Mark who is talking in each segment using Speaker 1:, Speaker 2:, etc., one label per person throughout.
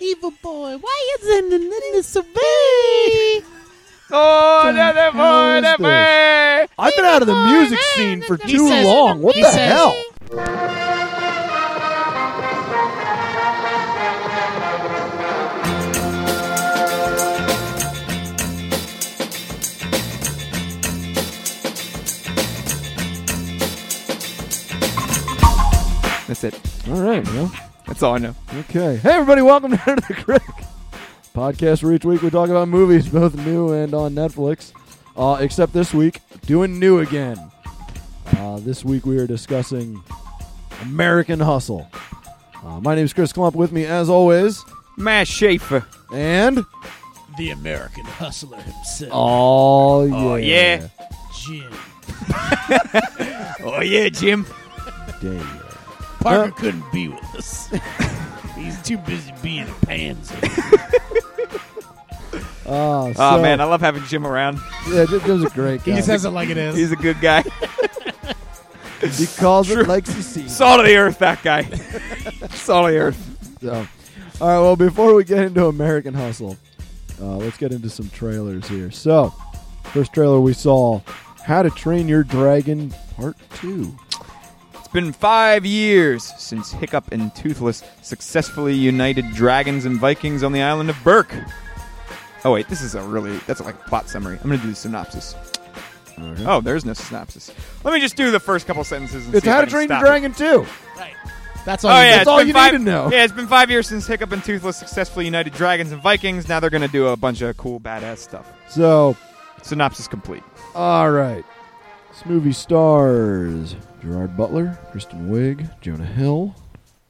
Speaker 1: evil boy. Why isn't it in this survey?
Speaker 2: Oh, that that
Speaker 3: hell
Speaker 2: boy,
Speaker 3: is
Speaker 2: that
Speaker 3: this?
Speaker 2: boy.
Speaker 3: I've been out of
Speaker 1: Oh,
Speaker 3: the music scene for
Speaker 1: He
Speaker 3: too
Speaker 1: says-
Speaker 3: long. What
Speaker 1: he
Speaker 3: the
Speaker 1: says-
Speaker 3: hell?
Speaker 2: That's it.
Speaker 3: All right, well,
Speaker 2: That's all I know.
Speaker 3: okay. Hey, everybody, welcome to the Crick podcast. Where each week we talk about movies, both new and on Netflix. Uh, except this week, doing new again. Uh, this week we are discussing American Hustle. Uh, my name is Chris Klump. With me, as always,
Speaker 2: Matt Schaefer.
Speaker 3: and
Speaker 1: The American hustler himself,
Speaker 3: oh yeah,
Speaker 2: Oh, yeah.
Speaker 1: Jim.
Speaker 2: Oh yeah, Jim.
Speaker 3: Damn, yeah.
Speaker 1: Parker
Speaker 3: Uh,
Speaker 1: couldn't be with us. He's too busy being a pansy.
Speaker 3: Oh,
Speaker 2: Oh
Speaker 3: so-
Speaker 2: man, I love having Jim around.
Speaker 3: yeah, Jim- Jim's a great guy.
Speaker 1: He says it like it is.
Speaker 2: He's a good guy.
Speaker 3: he calls it like he sees.
Speaker 2: Salt of the earth, that guy. Salt of the earth.
Speaker 3: So, all right. Well, before we get into American Hustle, uh, let's get into some trailers here. So, first trailer we saw: How to Train Your Dragon Part Two.
Speaker 2: It's been five years since Hiccup and Toothless successfully united dragons and Vikings on the island of Burke. Oh wait, this is a really that's like a plot summary. I'm gonna do the synopsis. Oh, there's no synopsis. Let me just do the first couple sentences. And
Speaker 3: It's
Speaker 2: see if
Speaker 3: How
Speaker 2: I can
Speaker 3: to Train Your
Speaker 2: stop it.
Speaker 3: Dragon Two.
Speaker 1: Right. That's all.
Speaker 2: Oh
Speaker 1: you
Speaker 2: yeah,
Speaker 3: That's
Speaker 2: it's
Speaker 3: all
Speaker 2: been
Speaker 3: you
Speaker 2: five,
Speaker 3: need to know.
Speaker 2: Yeah, it's been five years since Hiccup and Toothless successfully united dragons and Vikings. Now they're gonna do a bunch of cool, badass stuff.
Speaker 3: So,
Speaker 2: Synopsis complete.
Speaker 3: all right. This movie stars Gerard Butler, Kristen Wiig, Jonah Hill.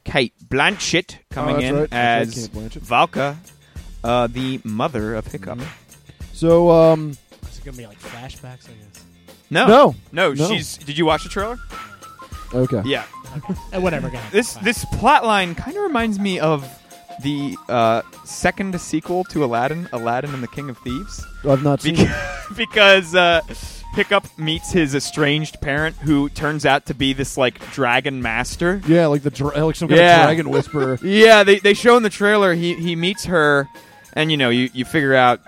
Speaker 2: Kate Blanchett coming
Speaker 3: Oh, that's
Speaker 2: in
Speaker 3: right. That's
Speaker 2: as
Speaker 3: right, Kate Blanchett.
Speaker 2: Valka, uh, the mother of Hiccup.
Speaker 3: Mm-hmm. So, um,
Speaker 1: Is it gonna be like flashbacks? I guess.
Speaker 2: No,
Speaker 3: no,
Speaker 2: no,
Speaker 3: No.
Speaker 2: she's. Did you watch the trailer?
Speaker 3: okay.
Speaker 2: Yeah.
Speaker 1: Eh,
Speaker 4: Uh,
Speaker 1: whatever, guys.
Speaker 2: This
Speaker 1: Fine.
Speaker 2: this plot line kind of reminds me of the uh, second sequel to Aladdin, Aladdin and the King of Thieves.
Speaker 3: I've not seen. it.
Speaker 2: Beca- because uh, Hiccup meets his estranged parent, who turns out to be this like dragon master.
Speaker 3: Yeah, like the dra- like some kind
Speaker 2: Yeah.
Speaker 3: of dragon whisperer.
Speaker 2: Yeah, they, they show in the trailer he he meets her, and you know you you figure out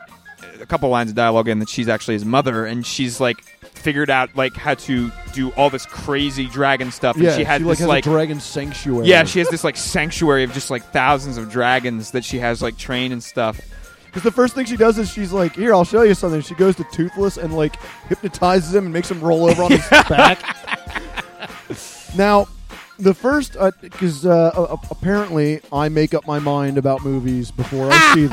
Speaker 2: a couple lines of dialogue in that she's actually his mother, and she's like figured out like how to do all this crazy dragon stuff, and
Speaker 3: yeah,
Speaker 2: she had
Speaker 3: like
Speaker 2: this
Speaker 3: has
Speaker 2: like
Speaker 3: a dragon sanctuary.
Speaker 2: Yeah, she has this like sanctuary of just like thousands of dragons that she has like trained and stuff.
Speaker 3: Because the first thing she does is she's like, "Here, I'll show you something." She goes to Toothless and like hypnotizes him and makes him roll over on his back. Now, the first because uh, uh, apparently I make up my mind about movies before I see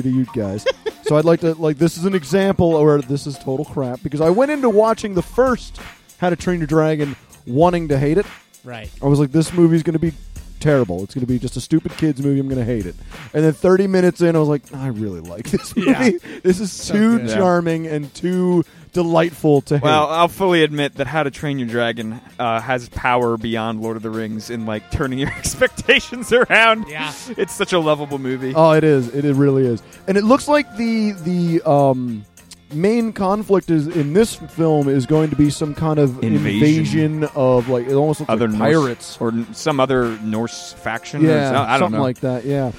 Speaker 3: them due to you guys. So I'd like to like this is an example or this is total crap because I went into watching the first How to Train Your Dragon wanting to hate it.
Speaker 1: right.
Speaker 3: I was like, this movie's going to be terrible. It's going to be just a stupid kids movie. I'm going to hate it. And then 30 minutes in, I was like, I really like this movie.
Speaker 1: Yeah.
Speaker 3: This is
Speaker 1: So
Speaker 3: too
Speaker 1: good.
Speaker 2: Yeah.
Speaker 3: charming and too delightful to
Speaker 2: Well,
Speaker 3: hate.
Speaker 2: I'll fully admit that How to Train Your Dragon uh, has power beyond Lord of the Rings in like turning your expectations around.
Speaker 1: Yeah.
Speaker 2: it's such a lovable movie.
Speaker 3: Oh, it is. It, it really is. And it looks like the the um, main conflict is in this film is going to be some kind of
Speaker 2: Invasion.
Speaker 3: invasion, of like it almost looks
Speaker 2: other
Speaker 3: like
Speaker 2: Norse-
Speaker 3: pirates
Speaker 2: or n- some other Norse faction. or
Speaker 3: Yeah,
Speaker 2: so- I don't
Speaker 3: something
Speaker 2: know.
Speaker 3: like that. Yeah,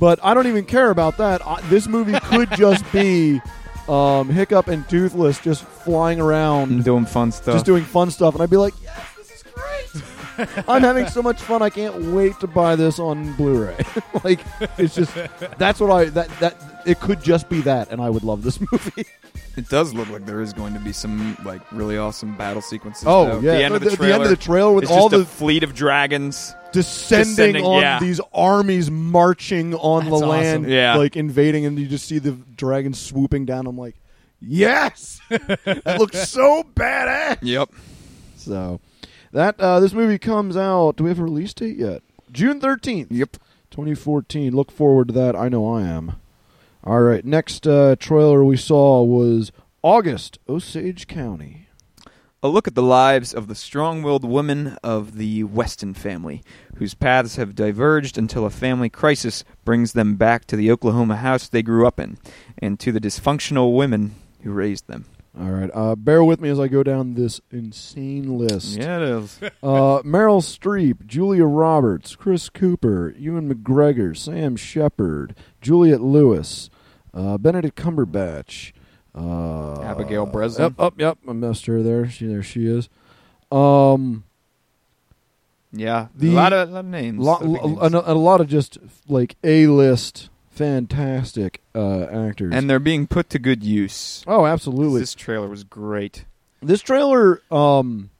Speaker 3: but I don't even care about that. I, this movie could just be um, Hiccup and Toothless just flying around,
Speaker 2: doing fun stuff.
Speaker 3: just doing fun stuff, and I'd be like, "Yes, this is great! I'm having so much fun. I can't wait to buy this on Blu-ray." like, it's just that's what I that that it could just be that, and I would love this movie.
Speaker 2: it does look like there is going to be some like really awesome battle sequences. though.
Speaker 3: Oh, yeah,
Speaker 2: the end of the trailer.
Speaker 3: trailer with
Speaker 2: is
Speaker 3: all
Speaker 2: just
Speaker 3: the
Speaker 2: a fleet of dragons.
Speaker 3: descending,
Speaker 2: Descending,
Speaker 3: on
Speaker 2: yeah.
Speaker 3: these armies marching on
Speaker 1: That's
Speaker 3: the
Speaker 1: awesome.
Speaker 3: land,
Speaker 2: Yeah.
Speaker 3: like invading, and you just see the dragon swooping down. I'm like, yes, that looks so badass.
Speaker 2: Yep.
Speaker 3: So that uh, this movie comes out. Do we have a release date yet? June 13th.
Speaker 2: Yep.
Speaker 3: 2014. Look forward to that. I know I am. All right. Next uh, trailer we saw was August, Osage County.
Speaker 2: A look at the lives of the strong willed women of the Weston family, whose paths have diverged until a family crisis brings them back to the Oklahoma house they grew up in and to the dysfunctional women who raised them.
Speaker 3: All right, uh, bear with me as I go down this insane list.
Speaker 2: Yeah, it is.
Speaker 3: Uh, Meryl Streep, Julia Roberts, Chris Cooper, Ewan McGregor, Sam Shepard, Juliet Lewis, uh, Benedict Cumberbatch, uh,
Speaker 2: Abigail Breslin.
Speaker 3: Yep, up, yep, I missed her there. She there she is. Um,
Speaker 2: yeah,
Speaker 3: The-
Speaker 2: a lot of, lot of names.
Speaker 3: lot,
Speaker 2: lot of big names.
Speaker 3: a, a lot of just like A list, fantastic uh, actors.
Speaker 2: and they're being put to good use.
Speaker 3: oh, absolutely.
Speaker 2: This trailer was great.
Speaker 3: This trailer um,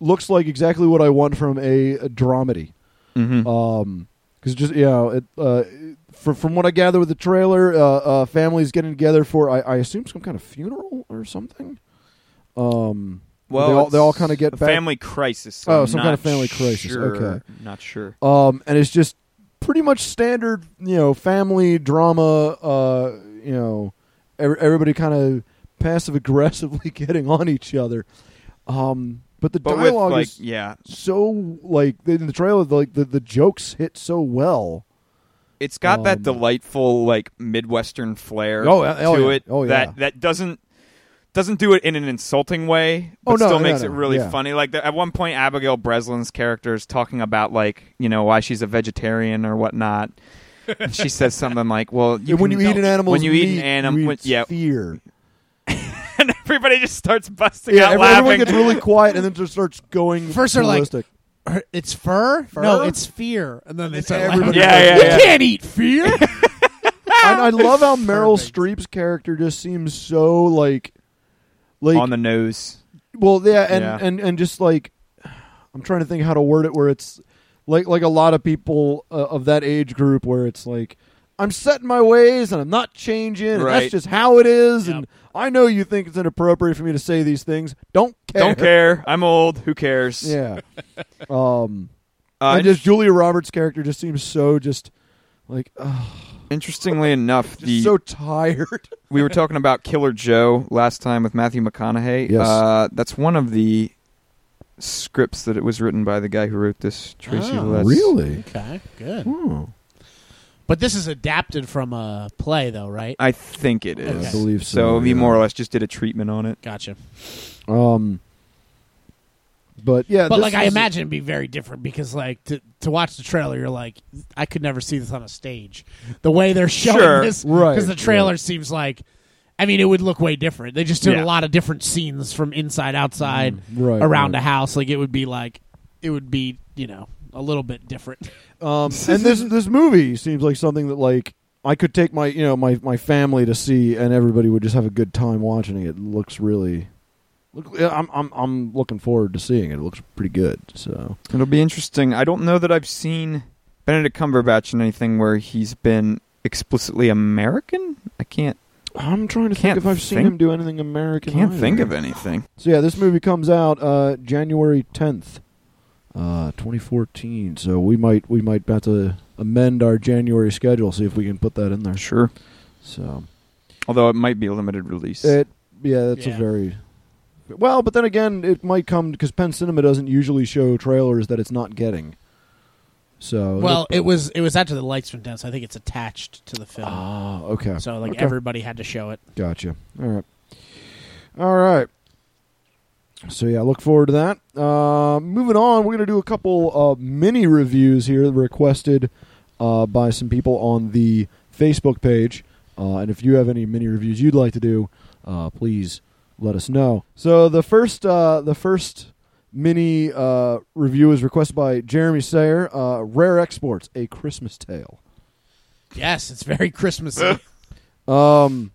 Speaker 3: looks like exactly what I want from a, a dramedy.
Speaker 2: Mm-hmm.
Speaker 3: Um 'cause because just you know, it, uh, from from what I gather with the trailer, uh, uh, families getting together for I, I assume some kind of funeral or something. Um, they all, they all kind of get
Speaker 2: a
Speaker 3: back,
Speaker 2: family crisis. so
Speaker 3: Oh,
Speaker 2: I'm
Speaker 3: some kind of
Speaker 2: not
Speaker 3: family crisis,
Speaker 2: sure-
Speaker 3: okay.
Speaker 2: not sure.
Speaker 3: um, and it's just pretty much standard, you know, family drama. Uh, you know, ev- everybody kind of passive aggressively getting on each other. Um, but the
Speaker 2: But with
Speaker 3: dialogue
Speaker 2: like,
Speaker 3: is
Speaker 2: yeah,
Speaker 3: so like in the trailer, like the, the jokes hit so well.
Speaker 2: it's got that
Speaker 3: Um,
Speaker 2: delightful like midwestern flair
Speaker 3: Oh, uh, oh,
Speaker 2: to
Speaker 3: yeah.
Speaker 2: it.
Speaker 3: Oh, yeah.
Speaker 2: That that doesn't doesn't do it in an insulting way, but
Speaker 3: Oh, no,
Speaker 2: still
Speaker 3: no,
Speaker 2: makes
Speaker 3: no,
Speaker 2: it really
Speaker 3: yeah.
Speaker 2: funny. Like the, at one point, Abigail Breslin's character is talking about like you know why she's a vegetarian or whatnot. And she says something like, "Well, you
Speaker 3: And when you
Speaker 2: can-
Speaker 3: eat an animal,
Speaker 2: when you eat an
Speaker 3: you
Speaker 2: animal, when-
Speaker 3: eat
Speaker 2: yeah,"
Speaker 3: fear.
Speaker 2: and everybody just starts busting
Speaker 3: Yeah,
Speaker 2: out
Speaker 3: every-
Speaker 2: laughing.
Speaker 3: everyone gets really quiet and then just starts going.
Speaker 4: First they're like,
Speaker 3: ballistic.
Speaker 4: It's fur? No,
Speaker 3: Fur?
Speaker 4: it's fear. And then they
Speaker 3: And
Speaker 4: start
Speaker 3: everybody-
Speaker 4: laughing.
Speaker 2: Yeah, yeah,
Speaker 4: we
Speaker 2: yeah.
Speaker 4: can't eat fear.
Speaker 3: I, I love how Meryl
Speaker 4: "Ah, Perfect.
Speaker 3: Streep's character just seems so like, like
Speaker 2: on the nose.
Speaker 3: well, yeah, and
Speaker 2: Yeah.
Speaker 3: and and just like, I'm trying to think how to word it where it's like like a lot of people uh, of that age group where it's like. I'm set in my ways and I'm not changing. And
Speaker 2: Right.
Speaker 3: That's just how it is.
Speaker 4: Yep.
Speaker 3: And I know you think it's inappropriate for me to say these things. Don't care.
Speaker 2: Don't care. I'm old. Who cares?
Speaker 3: Yeah. um,
Speaker 2: Uh,
Speaker 3: and just Julia Roberts' character just seems so just like ugh,
Speaker 2: interestingly enough,
Speaker 3: just
Speaker 2: the
Speaker 3: so tired.
Speaker 2: we were talking about Killer Joe last time with Matthew McConaughey.
Speaker 3: Yes.
Speaker 2: Uh, that's one of the scripts that it was written by the guy who wrote this, Tracy
Speaker 4: Oh.
Speaker 2: Letts.
Speaker 4: okay, good. But this is adapted from a play, though, right?
Speaker 2: I think it is.
Speaker 4: Okay. I
Speaker 3: believe
Speaker 2: So
Speaker 3: so,
Speaker 2: he
Speaker 3: yeah.
Speaker 2: more or less just did a treatment on it.
Speaker 4: Gotcha.
Speaker 3: Um, but yeah,
Speaker 4: But
Speaker 3: this
Speaker 4: like, I
Speaker 3: is-
Speaker 4: imagine it'd be very different because like to to watch the trailer, you're like, I could never see this on a stage. The way they're showing
Speaker 2: Sure,
Speaker 4: this,
Speaker 3: right,
Speaker 4: Because the trailer seems like, I mean, it would look way different. They just did a
Speaker 2: Yeah.
Speaker 4: lot of different scenes from inside, outside,
Speaker 3: right,
Speaker 4: around
Speaker 3: right.
Speaker 4: a house. Like it would be like, it would be you know a little bit different.
Speaker 3: Um, and this this movie seems like something that like I could take my you know my my family to see, and everybody would just have a good time watching it. It looks really. Look, yeah, I'm I'm I'm looking forward to seeing it. It looks pretty good. So
Speaker 2: It'll be interesting. I don't know that I've seen Benedict Cumberbatch in anything where he's been explicitly American. I can't
Speaker 3: I'm trying to think
Speaker 2: Can't
Speaker 3: if I've seen
Speaker 2: think-
Speaker 3: him do anything American.
Speaker 2: can't think
Speaker 3: either.
Speaker 2: of anything.
Speaker 3: So yeah, this movie comes out uh, January tenth, uh, twenty fourteen. So we might we might have to amend our January schedule, see if we can put that in there.
Speaker 2: Sure.
Speaker 3: So
Speaker 2: Although it might be a limited release.
Speaker 3: it yeah, that's a
Speaker 4: Yeah.
Speaker 3: very well, but then again, it might come because Penn Cinema doesn't usually show trailers that it's not getting. So
Speaker 4: well, it was it was after the lights went down, so I think it's attached to the film.
Speaker 3: ah okay,
Speaker 4: so like
Speaker 3: okay.
Speaker 4: everybody had to show it.
Speaker 3: gotcha. All right, all right. So yeah, look forward to that. Uh, moving on, we're gonna do a couple uh, mini reviews here requested uh, by some people on the Facebook page. Uh, and if you have any mini reviews you'd like to do, uh, please let us know. So the first uh, the first mini uh, review is requested by Jeremy Sayer, uh, Rare Exports: A Christmas Tale.
Speaker 4: Yes, it's very Christmassy.
Speaker 3: Um,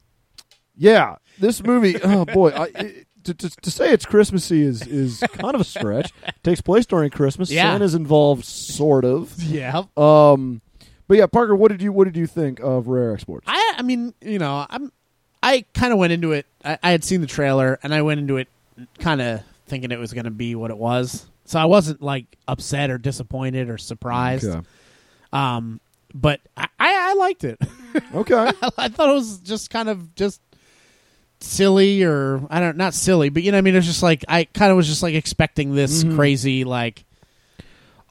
Speaker 3: yeah, this movie. Oh boy, I, it, to, to to say it's Christmassy is is kind of a stretch. takes place during Christmas.
Speaker 4: Yeah.
Speaker 3: Santa's involved, sort of.
Speaker 4: yeah,
Speaker 3: Um, but yeah, Parker, what did you what did you think of Rare Exports?
Speaker 4: I I mean, you know, I'm I kind of went into it. I, I had seen the trailer, and I went into it kind of thinking it was going to be what it was. So I wasn't like upset or disappointed or surprised.
Speaker 3: Okay.
Speaker 4: Um, but I, I, I liked it.
Speaker 3: Okay.
Speaker 4: I thought it was just kind of just silly, or I don't
Speaker 2: Mm-hmm.
Speaker 4: not silly, but you know, what I mean, it was just like I kind of was just like expecting this
Speaker 3: Mhm.
Speaker 4: crazy like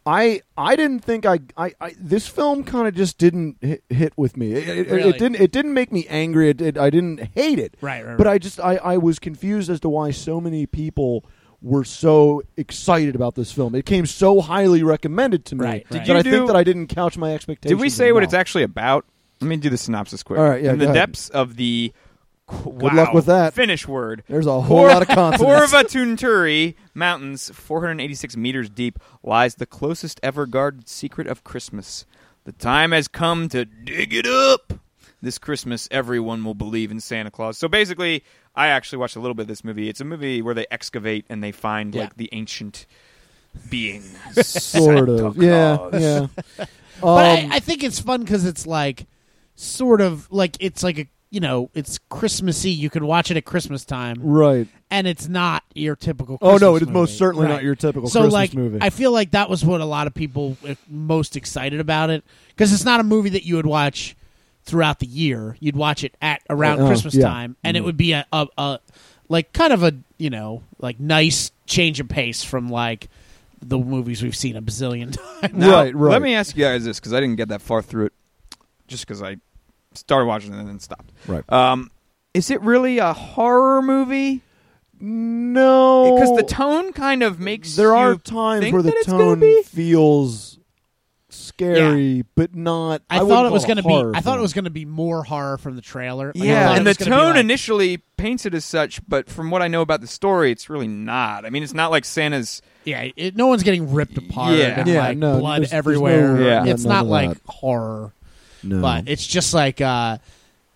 Speaker 3: I I didn't think I I, I this film kind of just didn't hit, hit with me. It, it,
Speaker 4: Really?
Speaker 3: it didn't it didn't make me angry. It, it I didn't hate it.
Speaker 4: Right, right,
Speaker 3: But
Speaker 4: right.
Speaker 3: I just I I was confused as to why so many people were so excited about this film. It came so highly recommended to me
Speaker 4: Right,
Speaker 3: that
Speaker 4: right.
Speaker 2: Did
Speaker 3: I
Speaker 2: you do-
Speaker 3: think that I didn't couch my expectations.
Speaker 2: Did we say
Speaker 3: at
Speaker 2: what
Speaker 3: all.
Speaker 2: it's actually about? Let me do the synopsis quick.
Speaker 3: All right, yeah,
Speaker 2: In the
Speaker 3: go ahead.
Speaker 2: depths of the Good
Speaker 3: luck with that.
Speaker 2: Finnish word.
Speaker 3: There's a whole lot of consonants.
Speaker 2: Horvatunturi Mountains, 486 meters deep, lies the closest ever guarded secret of Christmas. The time has come to dig it up. This Christmas, everyone will believe in Santa Claus. So basically, I actually watched a little bit of this movie. It's a movie where they excavate and they find
Speaker 4: Yeah.
Speaker 2: like the ancient being,
Speaker 3: sort
Speaker 2: Santa
Speaker 3: of yeah
Speaker 2: Claus.
Speaker 3: yeah.
Speaker 4: But
Speaker 3: Um,
Speaker 4: I, I think it's fun because it's like sort of like it's like a you know it's Christmassy. You can watch it at Christmas time,
Speaker 3: right.
Speaker 4: and it's not your typical.
Speaker 3: Oh,
Speaker 4: Christmas
Speaker 3: no, it is
Speaker 4: movie.
Speaker 3: most certainly
Speaker 4: Right.
Speaker 3: not your typical
Speaker 4: so
Speaker 3: Christmas
Speaker 4: like
Speaker 3: movie.
Speaker 4: I feel like that was what a lot of people were most excited about it because it's not a movie that you would watch throughout the year. You'd watch it at around
Speaker 3: Uh, uh,
Speaker 4: Christmas
Speaker 3: yeah.
Speaker 4: time, and it would be a, a a like kind of a you know like nice change of pace from like the movies we've seen a bazillion times.
Speaker 2: Now,
Speaker 3: Right, right.
Speaker 2: Let me ask you guys this because I didn't get that far through it, just because I started watching it and then stopped.
Speaker 3: Right.
Speaker 2: Um, is it really a horror movie?
Speaker 3: No,
Speaker 2: Because the tone kind of makes
Speaker 3: Oh. there are
Speaker 2: you
Speaker 3: times
Speaker 2: think
Speaker 3: where the
Speaker 2: that it's gonna
Speaker 3: tone
Speaker 2: be-
Speaker 3: feels scary, but not.
Speaker 4: I,
Speaker 3: I,
Speaker 4: thought it was going to
Speaker 3: to
Speaker 4: be. I thought it was going to be more horror from the trailer. Like, I
Speaker 2: Yeah,
Speaker 4: thought
Speaker 2: and
Speaker 4: it
Speaker 2: the
Speaker 4: was gonna be
Speaker 2: tone
Speaker 4: like-
Speaker 2: initially paints it as such, but from what I know about the story, it's really not. I mean, it's not like Santa's.
Speaker 4: Yeah, it, no one's getting ripped apart.
Speaker 2: Yeah.
Speaker 4: and,
Speaker 3: Yeah,
Speaker 4: like,
Speaker 3: no,
Speaker 4: blood
Speaker 3: there's- there's
Speaker 4: everywhere.
Speaker 2: no- Yeah.
Speaker 4: it's
Speaker 3: none
Speaker 4: not
Speaker 3: of
Speaker 4: like
Speaker 3: that.
Speaker 4: horror,
Speaker 3: No.
Speaker 4: but it's just like, uh,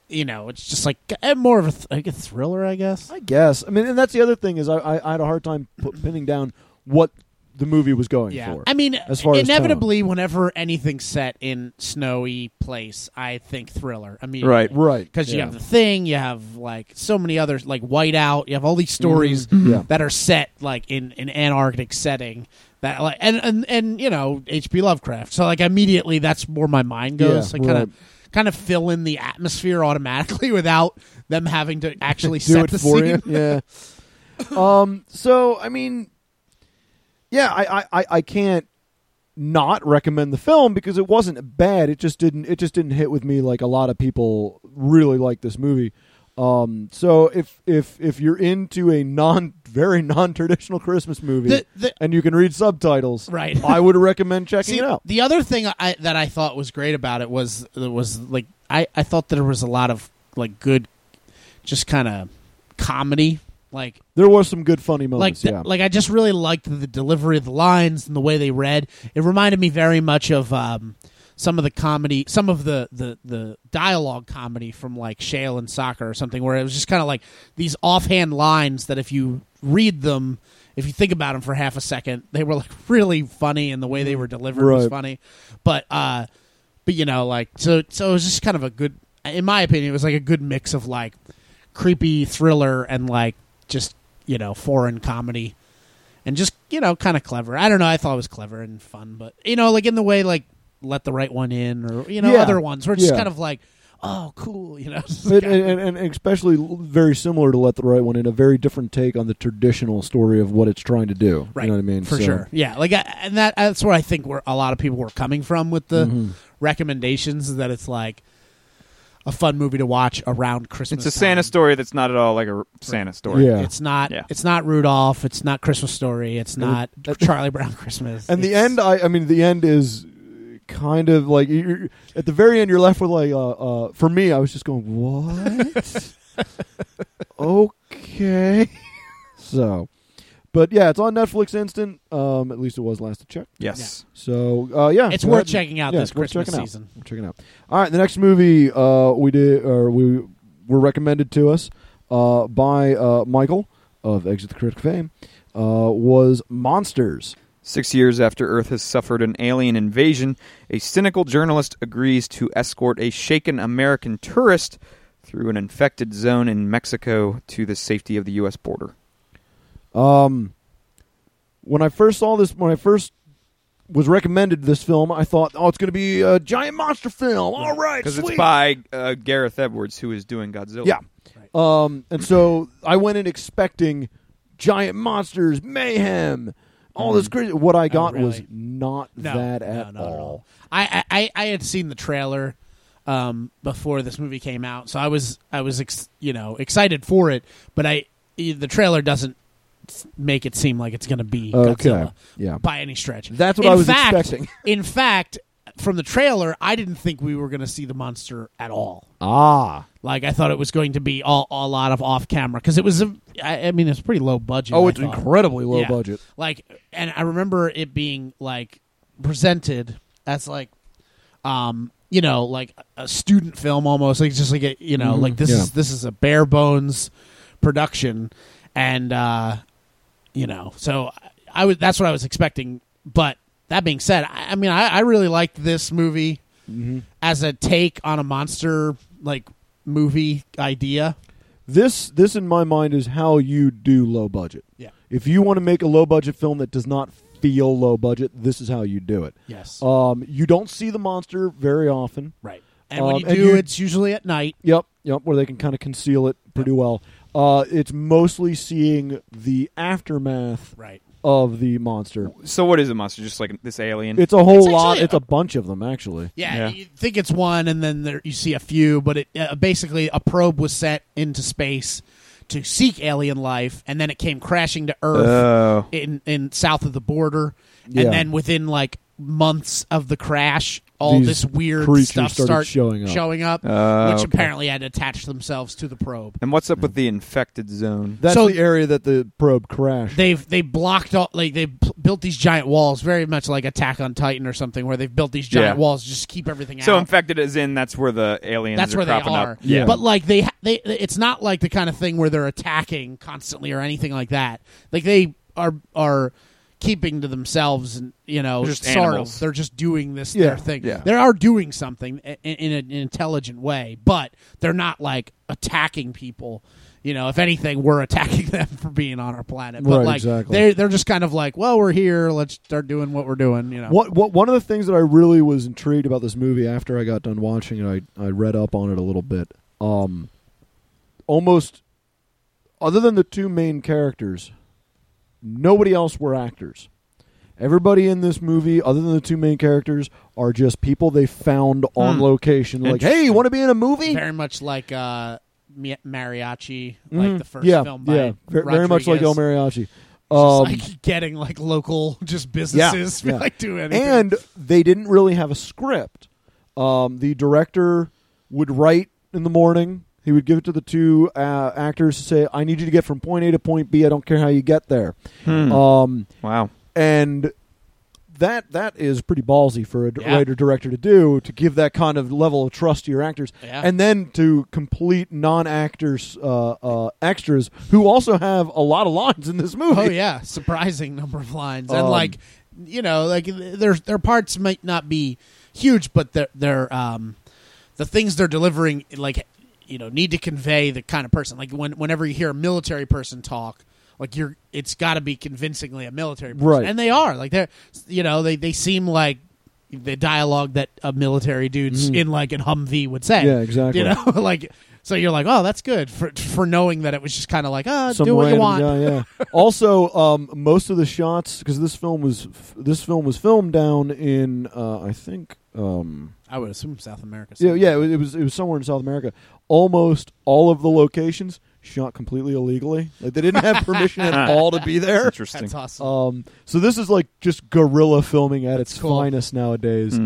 Speaker 4: you know, it's just like uh, more of a, th- like a thriller, I guess.
Speaker 3: I guess. I mean, and that's the other thing is I, I, I had a hard time pu- pinning down what the movie was going
Speaker 4: yeah,
Speaker 3: for.
Speaker 4: I mean,
Speaker 3: as far as
Speaker 4: inevitably, whenever anything's set in snowy place, I think thriller immediately.
Speaker 2: Right.
Speaker 3: right
Speaker 4: because you
Speaker 3: yeah.
Speaker 4: have the thing, you have like so many others, like Whiteout. You have all these stories
Speaker 3: Mm-hmm. Yeah.
Speaker 4: that are set like in an Antarctic setting. That like and and and you know H.P. Lovecraft. So like immediately, that's where my mind goes.
Speaker 3: Yeah,
Speaker 4: like kind
Speaker 3: right.
Speaker 4: of kind of fill in the atmosphere automatically without them having to actually
Speaker 3: do
Speaker 4: set
Speaker 3: it
Speaker 4: the
Speaker 3: for
Speaker 4: scene.
Speaker 3: you. Yeah. um. So I mean, yeah, I, I, I, I can't not recommend the film because it wasn't bad. It just didn't it just didn't hit with me like a lot of people really like this movie. Um. So if if if you're into a non very non traditional Christmas movie.
Speaker 4: The- the-
Speaker 3: and you can read subtitles.
Speaker 4: Right.
Speaker 3: I would recommend checking
Speaker 4: See,
Speaker 3: it out.
Speaker 4: the other thing I, that I thought was great about it was was like I, I thought there was a lot of like good, just kind of comedy. Like
Speaker 3: There were some good funny
Speaker 4: like
Speaker 3: moments.
Speaker 4: th-
Speaker 3: yeah.
Speaker 4: like I just really liked the delivery of the lines and the way they read. It reminded me very much of um, some of the comedy, some of the, the the dialogue comedy from like Shale and Soccer or something, where it was just kind of like these offhand lines that if you read them, if you think about them for half a second, they were like really funny, and the way they were delivered was
Speaker 3: Mm. Right.
Speaker 4: funny. But uh, but you know, like so so it was just kind of a good, in my opinion, it was like a good mix of like creepy thriller and like just you know foreign comedy and just you know kind of clever i don't know i thought it was clever and fun but you know like in the way like let the right one in or you know
Speaker 3: Yeah.
Speaker 4: other ones where it's just
Speaker 3: Yeah.
Speaker 4: kind of like oh cool you know It's
Speaker 3: But,
Speaker 4: kind of-
Speaker 3: and, and, and especially l- very similar to Let the Right One in a very different take on the traditional story of what it's trying to do.
Speaker 4: right
Speaker 3: You know what I mean?
Speaker 4: for
Speaker 3: So-
Speaker 4: sure yeah like I, and that that's where i think where a lot of people were coming from with the
Speaker 3: Mhm.
Speaker 4: recommendations is that it's like a fun movie to watch around christmas
Speaker 2: It's a
Speaker 4: time.
Speaker 2: Santa story that's not at all like a r- Santa story.
Speaker 3: Yeah.
Speaker 4: it's not
Speaker 2: Yeah.
Speaker 4: it's not rudolph it's not christmas story it's
Speaker 3: would-
Speaker 4: not charlie brown christmas
Speaker 3: And the
Speaker 4: It's-
Speaker 3: end, I, I mean, the end is kind of like you- you're, at the very end, you're left with like, uh, uh, for me, I was just going, what? okay. so, but yeah, it's on Netflix Instant. Um, at least it was last to check.
Speaker 2: Yes.
Speaker 3: So, uh, yeah,
Speaker 4: it's
Speaker 3: go
Speaker 4: worth
Speaker 3: ahead and-
Speaker 4: checking out
Speaker 3: yeah,
Speaker 4: this
Speaker 3: it's worth
Speaker 4: christmas
Speaker 3: checking out.
Speaker 4: season
Speaker 3: Check it out. All right, the next movie uh, we did or we were recommended to us uh, by uh, Michael of Exit the Critic fame uh, was Monsters.
Speaker 2: Six years after Earth has suffered an alien invasion, a cynical journalist agrees to escort a shaken American tourist through an infected zone in Mexico to the safety of the U.S. border.
Speaker 3: Um, when I first saw this, when I first was recommended this film, I thought, oh, it's going to be a giant monster film. All right,
Speaker 2: Because
Speaker 3: sweet.
Speaker 2: it's by uh, Gareth Edwards, who is doing Godzilla.
Speaker 3: Yeah. Um, and so I went in expecting giant monsters, mayhem, all this crazy. What I got
Speaker 4: Mm.
Speaker 3: was
Speaker 4: Oh, really?
Speaker 3: not
Speaker 4: No,
Speaker 3: that
Speaker 4: no,
Speaker 3: at
Speaker 4: not
Speaker 3: all.
Speaker 4: at all. I, I I- I had seen the trailer um, before this movie came out, so I was I was ex- you know excited for it, but I e, the trailer doesn't s- make it seem like it's going to be
Speaker 3: Okay,
Speaker 4: Godzilla
Speaker 3: yeah.
Speaker 4: by any stretch.
Speaker 3: That's what
Speaker 4: in
Speaker 3: I was
Speaker 4: fact,
Speaker 3: expecting.
Speaker 4: in fact, from the trailer, I didn't think we were going to see the monster at all.
Speaker 3: Ah,
Speaker 4: Like I thought it was going to be all, a lot of off camera because it was a I, I mean it's pretty low budget.
Speaker 3: oh,
Speaker 4: I
Speaker 3: it's
Speaker 4: thought.
Speaker 3: incredibly low
Speaker 4: Yeah.
Speaker 3: budget.
Speaker 4: Like, and I remember it being like presented as like, um, you know, like a student film almost. Like it's just like a you know, like this
Speaker 3: Mm-hmm. Yeah.
Speaker 4: is this is a bare bones production, and uh, you know, so I- I was that's what I was expecting. But that being said, I, I mean, I, I really liked this movie
Speaker 3: Mm-hmm.
Speaker 4: as a take on a monster like movie idea.
Speaker 3: This this in my mind is how you do low budget.
Speaker 4: Yeah.
Speaker 3: If you want to make a low budget film that does not feel low budget, this is how you do it.
Speaker 4: Yes.
Speaker 3: Um, you don't see the monster very often.
Speaker 4: right. And when
Speaker 3: um,
Speaker 4: you
Speaker 3: and
Speaker 4: do,
Speaker 3: you-
Speaker 4: it's usually at night.
Speaker 3: Yep, yep, where they can kind of conceal it pretty well. Uh, it's mostly seeing the aftermath
Speaker 4: Right.
Speaker 3: of the monster.
Speaker 2: So what is a monster? Just like this alien?
Speaker 3: It's a whole
Speaker 4: It's
Speaker 3: lot.
Speaker 4: actually
Speaker 3: It's
Speaker 4: a-
Speaker 3: a bunch of them, actually.
Speaker 4: Yeah,
Speaker 2: Yeah.
Speaker 4: you think it's one, and then there, you see a few, but it uh, basically a probe was sent into space to seek alien life, and then it came crashing to Earth
Speaker 2: Oh.
Speaker 4: in in south of the border,
Speaker 3: Yeah.
Speaker 4: and then within like months of the crash, all
Speaker 3: These
Speaker 4: this weird
Speaker 3: creatures
Speaker 4: stuff
Speaker 3: started
Speaker 4: start
Speaker 3: showing up. Uh,
Speaker 4: showing up,
Speaker 2: Oh,
Speaker 4: which
Speaker 2: okay.
Speaker 4: apparently had attached themselves to the probe.
Speaker 2: And what's up with the infected zone?
Speaker 3: That's
Speaker 4: So-
Speaker 3: Mm. the area that the probe crashed.
Speaker 4: They've they blocked all like they p- built these giant walls, very much like Attack on Titan or something, where they've built these giant
Speaker 2: Yeah.
Speaker 4: walls just to keep everything
Speaker 2: So
Speaker 4: out.
Speaker 2: infected is in that's where the aliens
Speaker 4: That's
Speaker 2: are
Speaker 4: where they
Speaker 2: cropping
Speaker 4: are.
Speaker 2: up.
Speaker 3: Yeah.
Speaker 4: But like they, ha- they, it's not like the kind of thing where they're attacking constantly or anything like that. Like they are are keeping to themselves, and you know,
Speaker 2: They're just
Speaker 4: sort of.
Speaker 2: animals.
Speaker 4: They're just doing this
Speaker 3: Yeah,
Speaker 4: their thing.
Speaker 2: yeah.
Speaker 4: They are doing something in, in an intelligent way, but they're not like attacking people. You know, if anything, we're attacking them for being on our planet. But
Speaker 3: Right,
Speaker 4: like
Speaker 3: exactly.
Speaker 4: they they're just kind of like, well, we're here. Let's start doing what we're doing. You know,
Speaker 3: What, what one of the things that I really was intrigued about this movie after I got done watching it, I, I read up on it a little bit. Um, almost, other than the two main characters, nobody else were actors. Everybody in this movie, other than the two main characters, are just people they found on
Speaker 2: Hmm.
Speaker 3: location. Like, hey, you want to be in a movie?
Speaker 4: very much like uh, mi- mariachi, like the first
Speaker 3: Mm-hmm. yeah,
Speaker 4: film. By
Speaker 3: yeah, Ver- very much like El
Speaker 4: Rodriguez.
Speaker 3: Mariachi.
Speaker 4: It's
Speaker 3: Um,
Speaker 4: just, like getting like local just businesses
Speaker 3: yeah.
Speaker 4: like doing anything.
Speaker 3: and they didn't really have a script. Um, the director would write in the morning. He would give it to the two uh, actors to say, "I need you to get from point A to point B. I don't care how you get there."
Speaker 2: Hmm.
Speaker 3: Um,
Speaker 2: wow.
Speaker 3: and that that is pretty ballsy for a d-
Speaker 4: Yeah.
Speaker 3: writer director to do to give that kind of level of trust to your actors,
Speaker 4: Yeah.
Speaker 3: and then to complete non actors uh, uh, extras who also have a lot of lines in this movie.
Speaker 4: oh yeah, surprising number of lines and
Speaker 3: Um,
Speaker 4: like you know like their their parts might not be huge, but their their um the things they're delivering like you know need to convey the kind of person like when whenever you hear a military person talk like you're it's got to be convincingly a military person
Speaker 3: Right.
Speaker 4: and they are like they're you know they they seem like the dialogue that a military dude's in like an Humvee would say
Speaker 3: Mm-hmm. Yeah, exactly.
Speaker 4: you know like so you're like oh that's good for for knowing that it was just kind of like ah
Speaker 3: Some
Speaker 4: do what you
Speaker 3: random
Speaker 4: want
Speaker 3: guy, Yeah, also, um, most of the shots because this film was this film was filmed down in uh, I think um,
Speaker 4: I would assume South America
Speaker 3: yeah yeah it was- it was it was somewhere in South America. Almost all of the locations shot completely illegally. Like they didn't have permission at all to be there.
Speaker 2: Interesting.
Speaker 4: that's awesome
Speaker 3: Um, so this is like just guerrilla filming at its
Speaker 4: cool.
Speaker 3: finest nowadays.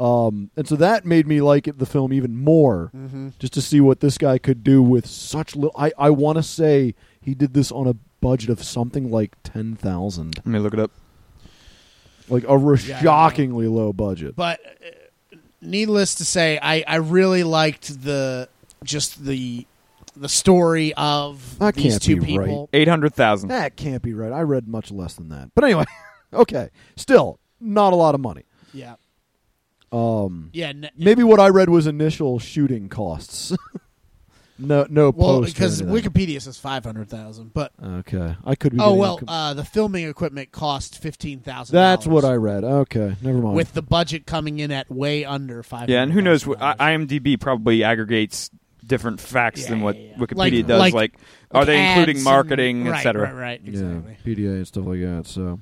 Speaker 3: Um, and so that made me like it, the film even more,
Speaker 4: Mm-hmm.
Speaker 3: just to see what this guy could do with such little. I, I want to say he did this on a budget of something like ten thousand,
Speaker 2: Let me look it up.
Speaker 3: like a re-
Speaker 4: Yeah, I know.
Speaker 3: shockingly low budget.
Speaker 4: but uh, needless to say I I really liked the just the the story of
Speaker 3: That
Speaker 4: these
Speaker 3: can't
Speaker 4: two
Speaker 3: be right.
Speaker 4: people
Speaker 2: Eight hundred thousand.
Speaker 3: that can't be right. I read much less than that, but anyway, okay. Still, not a lot of money.
Speaker 4: yeah
Speaker 3: Um,
Speaker 4: yeah n-
Speaker 3: maybe what I read was initial shooting costs. no, no.
Speaker 4: well
Speaker 3: post or
Speaker 4: because
Speaker 3: anything.
Speaker 4: Wikipedia says 500,000 but
Speaker 3: Okay, I could be.
Speaker 4: oh
Speaker 3: getting
Speaker 4: well
Speaker 3: com-
Speaker 4: uh, the filming equipment cost 15,000
Speaker 3: that's what I read. Okay, never mind.
Speaker 4: with the budget coming in at way under 5
Speaker 2: Yeah, and who knows? What, I- IMDb probably aggregates different facts than
Speaker 4: Yeah,
Speaker 2: what
Speaker 4: yeah, yeah.
Speaker 2: Wikipedia
Speaker 4: Like-
Speaker 2: does.
Speaker 4: like-
Speaker 2: Like, are they including marketing,
Speaker 4: right,
Speaker 2: etc.?
Speaker 4: right, right
Speaker 3: yeah,
Speaker 4: exactly
Speaker 3: PDA and stuff like that. So,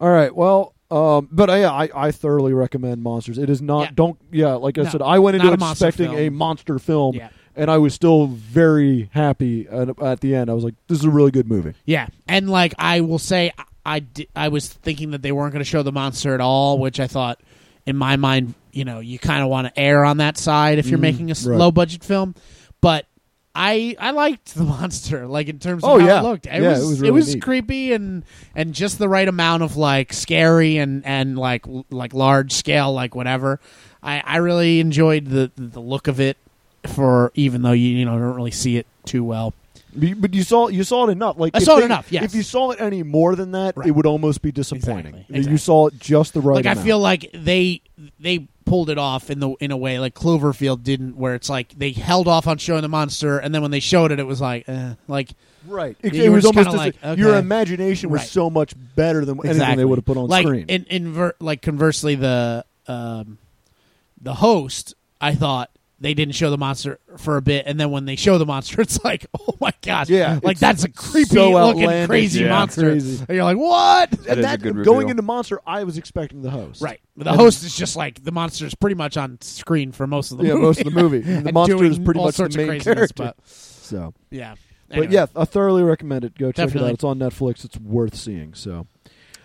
Speaker 3: All right. Well, um, but uh, yeah, I, I thoroughly recommend Monsters. It is not
Speaker 4: Yeah.
Speaker 3: don't yeah. Like I
Speaker 4: No,
Speaker 3: said, I went into
Speaker 4: not a
Speaker 3: it
Speaker 4: monster
Speaker 3: expecting
Speaker 4: film.
Speaker 3: a monster film,
Speaker 4: Yeah.
Speaker 3: and I was still very happy at, at the end. I was like, this is a really good movie.
Speaker 4: Yeah, and like I will say, I I, di- I was thinking that they weren't going to show the monster at all, which I thought, in my mind, you know, you kind of want to err on that side if you're making a
Speaker 3: Mm-hmm. right.
Speaker 4: low budget film, but. I, I liked the monster, like in terms of
Speaker 3: Oh,
Speaker 4: how
Speaker 3: yeah.
Speaker 4: it looked. It
Speaker 3: Yeah,
Speaker 4: was
Speaker 3: it was really neat.
Speaker 4: creepy and and just the right amount of like scary and and like l- like large scale, like whatever. I, I really enjoyed the the look of it for even though you you know don't really see it too well.
Speaker 3: Be- But you saw you saw it enough. Like
Speaker 4: I
Speaker 3: if
Speaker 4: saw it
Speaker 3: they-
Speaker 4: enough, yes.
Speaker 3: If you saw it any more than that,
Speaker 4: Right.
Speaker 3: it would almost be disappointing.
Speaker 4: Exactly,
Speaker 3: You- You
Speaker 4: exactly.
Speaker 3: saw it just the right.
Speaker 4: like I
Speaker 3: amount.
Speaker 4: feel like they they pulled it off in the in a way like Cloverfield didn't, where it's like they held off on showing the monster, and then when they showed it, it was like, eh, like
Speaker 3: right. It,
Speaker 4: You
Speaker 3: it
Speaker 4: were
Speaker 3: was
Speaker 4: just
Speaker 3: almost
Speaker 4: kinda
Speaker 3: dis-
Speaker 4: like,
Speaker 3: your
Speaker 4: okay.
Speaker 3: imagination was
Speaker 4: Right.
Speaker 3: so much better than anything they
Speaker 4: Exactly.
Speaker 3: would have put on
Speaker 4: like
Speaker 3: screen.
Speaker 4: in inver- like conversely the um the host I thought they didn't show the monster for a bit, and then when they show the monster, it's like, oh my gosh,
Speaker 3: Yeah,
Speaker 4: like
Speaker 3: it's
Speaker 4: that's a creepy
Speaker 3: so
Speaker 4: looking
Speaker 3: outlandish
Speaker 4: crazy
Speaker 2: and
Speaker 4: monster,
Speaker 3: crazy.
Speaker 4: and you're like, what?
Speaker 2: That is a good reveal.
Speaker 3: going into Monster, I was expecting the host.
Speaker 4: Right. The host is just like the monster's pretty much on screen for most of the
Speaker 3: Yeah,
Speaker 4: movie.
Speaker 3: most of the movie. The
Speaker 4: And
Speaker 3: monster is
Speaker 4: doing
Speaker 3: pretty
Speaker 4: all
Speaker 3: much the
Speaker 4: sorts of
Speaker 3: main
Speaker 4: craziness,
Speaker 3: character.
Speaker 4: but-
Speaker 3: So,
Speaker 4: yeah.
Speaker 3: but
Speaker 4: Anyway.
Speaker 3: yeah, I thoroughly recommend it. Go check it
Speaker 4: Definitely.
Speaker 3: out. It's on Netflix. It's worth seeing. So,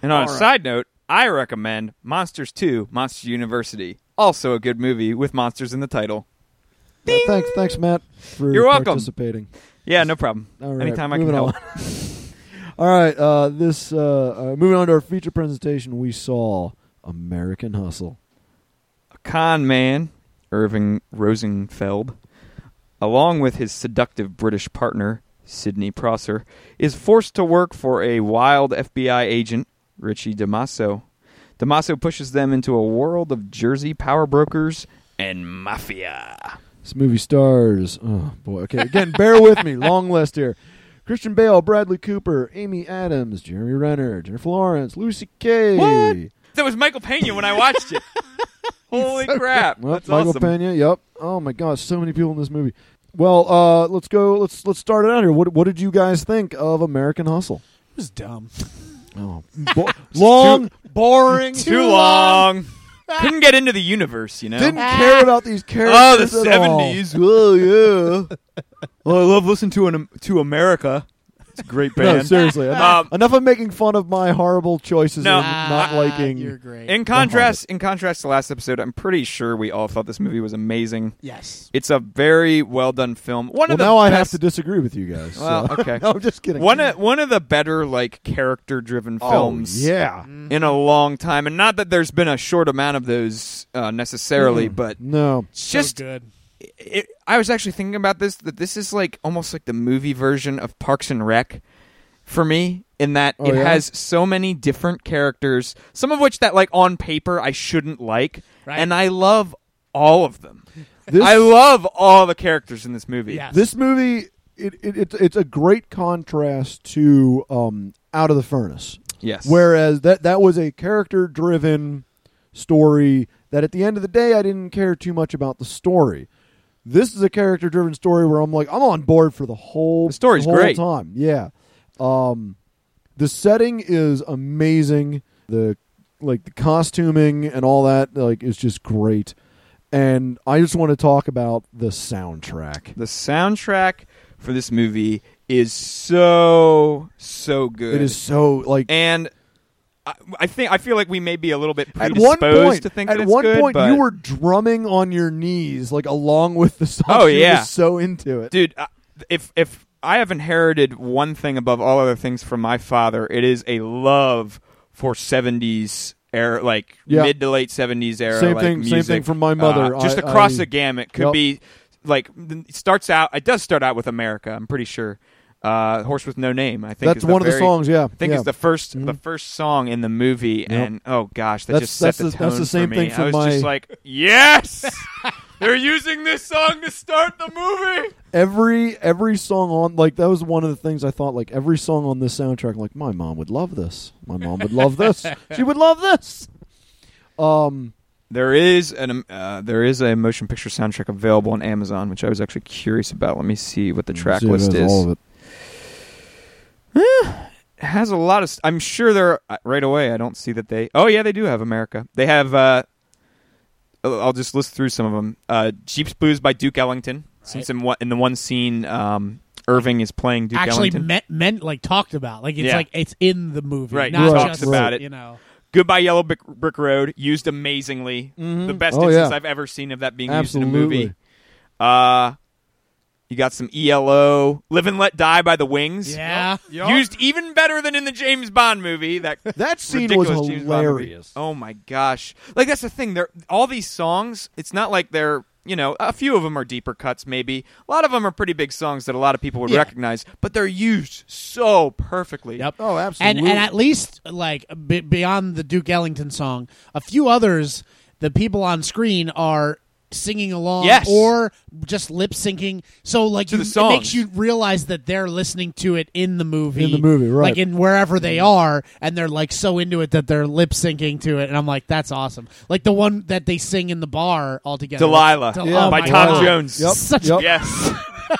Speaker 2: And on a
Speaker 4: All right.
Speaker 2: side note, I recommend Monsters 2 Monsters University. Also a good movie with monsters in the title.
Speaker 3: yeah, thanks, thanks, Matt, for
Speaker 2: You're welcome.
Speaker 3: participating.
Speaker 2: Yeah, no problem.
Speaker 3: All right,
Speaker 2: Anytime I can
Speaker 3: moving
Speaker 2: help.
Speaker 3: on. All right, uh, this uh, uh, moving on to our feature presentation, we saw American Hustle.
Speaker 2: Con man, Irving Rosenfeld, along with his seductive British partner, Sidney Prosser, is forced to work for a wild FBI agent, Richie DeMasso. DeMasso pushes them into a world of Jersey power brokers and mafia.
Speaker 3: This movie stars. Oh boy. Okay. Again, bear with me. Long list here. Christian Bale, Bradley Cooper, Amy Adams, Jeremy Renner, Jennifer Lawrence, Lucy Kay.
Speaker 2: What? That was Michael Pena when I watched it. Holy crap.
Speaker 3: Well,
Speaker 2: That's
Speaker 3: Michael
Speaker 2: awesome.
Speaker 3: Pena. Yep. Oh my gosh, so many people in this movie. Well, uh, let's go. Let's let's start it out here. What what did you guys think of American Hustle?
Speaker 4: It was dumb.
Speaker 3: Oh, bo- long, boring.
Speaker 2: Too long. Couldn't get into the universe, you know?
Speaker 3: Didn't care about these characters.
Speaker 2: Oh, the
Speaker 3: at all.
Speaker 2: 70s. Oh, yeah. well, I love listening to an, to America. It's a great
Speaker 3: No,
Speaker 2: band.
Speaker 3: seriously. en-
Speaker 2: Um,
Speaker 3: enough of making fun of my horrible choices and not
Speaker 4: Ah,
Speaker 3: liking.
Speaker 4: You're great.
Speaker 2: in contrast, in contrast to last episode, I'm pretty sure we all thought this movie was amazing.
Speaker 4: yes.
Speaker 2: It's a very well done film. One
Speaker 3: well,
Speaker 2: of the
Speaker 3: now I have
Speaker 2: best-
Speaker 3: to disagree with you guys. so.
Speaker 2: Well, okay.
Speaker 3: no, I'm just kidding.
Speaker 2: one of one of the better like character driven
Speaker 3: Oh,
Speaker 2: films. Mm.
Speaker 3: yeah.
Speaker 2: in a long time, and not that there's been a short amount of those uh, necessarily,
Speaker 3: Mm.
Speaker 2: but
Speaker 3: No.
Speaker 2: it's
Speaker 4: So
Speaker 2: just
Speaker 4: good.
Speaker 2: it, I was actually thinking about this that this is like almost like the movie version of Parks and Rec for me in that
Speaker 3: Oh,
Speaker 2: it
Speaker 3: yeah?
Speaker 2: has so many different characters, some of which that like on paper I shouldn't like,
Speaker 4: Right.
Speaker 2: and I love all of them.
Speaker 3: This-
Speaker 2: I love all the characters in this movie.
Speaker 4: Yes.
Speaker 3: This movie, it, it, it's it's a great contrast to um, Out of the Furnace.
Speaker 2: Yes.
Speaker 3: Whereas that that was a character driven story that at the end of the day I didn't care too much about the story. This is a character driven story where I'm like I'm on board for the whole
Speaker 2: The story's
Speaker 3: whole
Speaker 2: great.
Speaker 3: time. Yeah. Um the setting is amazing. The like the costuming and all that like is just great. And I just want to talk about the soundtrack.
Speaker 2: the soundtrack for this movie is so so good.
Speaker 3: It is so like
Speaker 2: and I, I think I feel like we may be a little bit
Speaker 3: at
Speaker 2: predisposed
Speaker 3: one point,
Speaker 2: to think
Speaker 3: at
Speaker 2: that it's
Speaker 3: one
Speaker 2: good,
Speaker 3: point,
Speaker 2: but-
Speaker 3: you were drumming on your knees like along with the song.
Speaker 2: Oh,
Speaker 3: You were
Speaker 2: yeah.
Speaker 3: just so into it.
Speaker 2: dude. I- If if I have inherited one thing above all other things from my father, it is a love for seventies era, like
Speaker 3: Yeah.
Speaker 2: mid to late seventies era.
Speaker 3: Same
Speaker 2: like,
Speaker 3: thing- same
Speaker 2: music.
Speaker 3: thing from my mother.
Speaker 2: Uh, just
Speaker 3: I-
Speaker 2: across
Speaker 3: I-
Speaker 2: the gamut could
Speaker 3: Yep.
Speaker 2: be like it starts out. It does start out with America. I'm pretty sure. Uh, Horse with no name. I think
Speaker 3: That's
Speaker 2: is
Speaker 3: one of the
Speaker 2: very-
Speaker 3: songs. Yeah,
Speaker 2: I think
Speaker 3: yeah. Mm-hmm.
Speaker 2: it's the 1st the first song in the movie, and oh gosh, that
Speaker 3: That's-
Speaker 2: just set
Speaker 3: that's
Speaker 2: the,
Speaker 3: the-
Speaker 2: tone
Speaker 3: that's the same
Speaker 2: for me.
Speaker 3: thing for
Speaker 2: I was just
Speaker 3: my-
Speaker 2: like, yes, they're using this song to start the movie.
Speaker 3: every every song on like that was one of the things I thought like every song on this soundtrack. Like my mom would love this. My mom would love this. She would love this. Um,
Speaker 2: There is an um, uh, there is a motion picture soundtrack available on Amazon, which I was actually curious about. Let me see what the track
Speaker 3: see if it
Speaker 2: list
Speaker 3: has
Speaker 2: is.
Speaker 3: all of it.
Speaker 2: has a lot of. St- I'm sure they're uh, right away. I don't see that they. Oh yeah, they do have America. They have. uh I'll I'll just list through some of them. Uh, Jeep's Blues by Duke Ellington. Since in, one, in the one scene, um, Irving is playing Duke
Speaker 4: actually
Speaker 2: Ellington.
Speaker 4: meant, meant like talked about. Like it's
Speaker 2: Yeah.
Speaker 4: like it's in the movie,
Speaker 2: Right,
Speaker 4: Not
Speaker 3: talks
Speaker 4: just,
Speaker 2: about it.
Speaker 4: You know,
Speaker 2: Goodbye Yellow Brick, Brick Road used amazingly. The best
Speaker 3: Oh,
Speaker 2: instance
Speaker 3: yeah.
Speaker 2: I've ever seen of that being used in a
Speaker 3: Absolutely.
Speaker 2: movie. Uh, you got some ELO. Live and Let Die by The Wings.
Speaker 4: yeah.
Speaker 2: Used even better than in the James Bond movie. That
Speaker 3: That scene was
Speaker 2: ridiculous James Bond movie.
Speaker 3: hilarious.
Speaker 2: Oh my gosh! Like that's the thing. They're all these songs. It's not like they're you know a few of them are deeper cuts. Maybe a lot of them are pretty big songs that a lot of people would
Speaker 4: Yeah.
Speaker 2: recognize, but they're used so perfectly.
Speaker 4: Yep.
Speaker 3: Oh,
Speaker 4: and
Speaker 3: absolutely.
Speaker 4: and at least like b- beyond the Duke Ellington song, a few others, the people on screen are singing along
Speaker 2: Yes.
Speaker 4: or just lip syncing. So like you,
Speaker 2: To the
Speaker 4: it makes
Speaker 2: songs.
Speaker 4: you realize that they're listening to it in the movie,
Speaker 3: In the movie, right.
Speaker 4: Like in wherever they are, and they're like so into it that they're lip syncing to it. And I'm like, that's awesome. Like the one that they sing in the bar all together,
Speaker 2: Delilah
Speaker 4: Del-
Speaker 3: Yeah.
Speaker 4: oh
Speaker 2: by
Speaker 4: my
Speaker 2: Tom
Speaker 4: God.
Speaker 2: Jones.
Speaker 3: Yep.
Speaker 4: Such
Speaker 3: yep.
Speaker 2: Yes,
Speaker 3: Oh.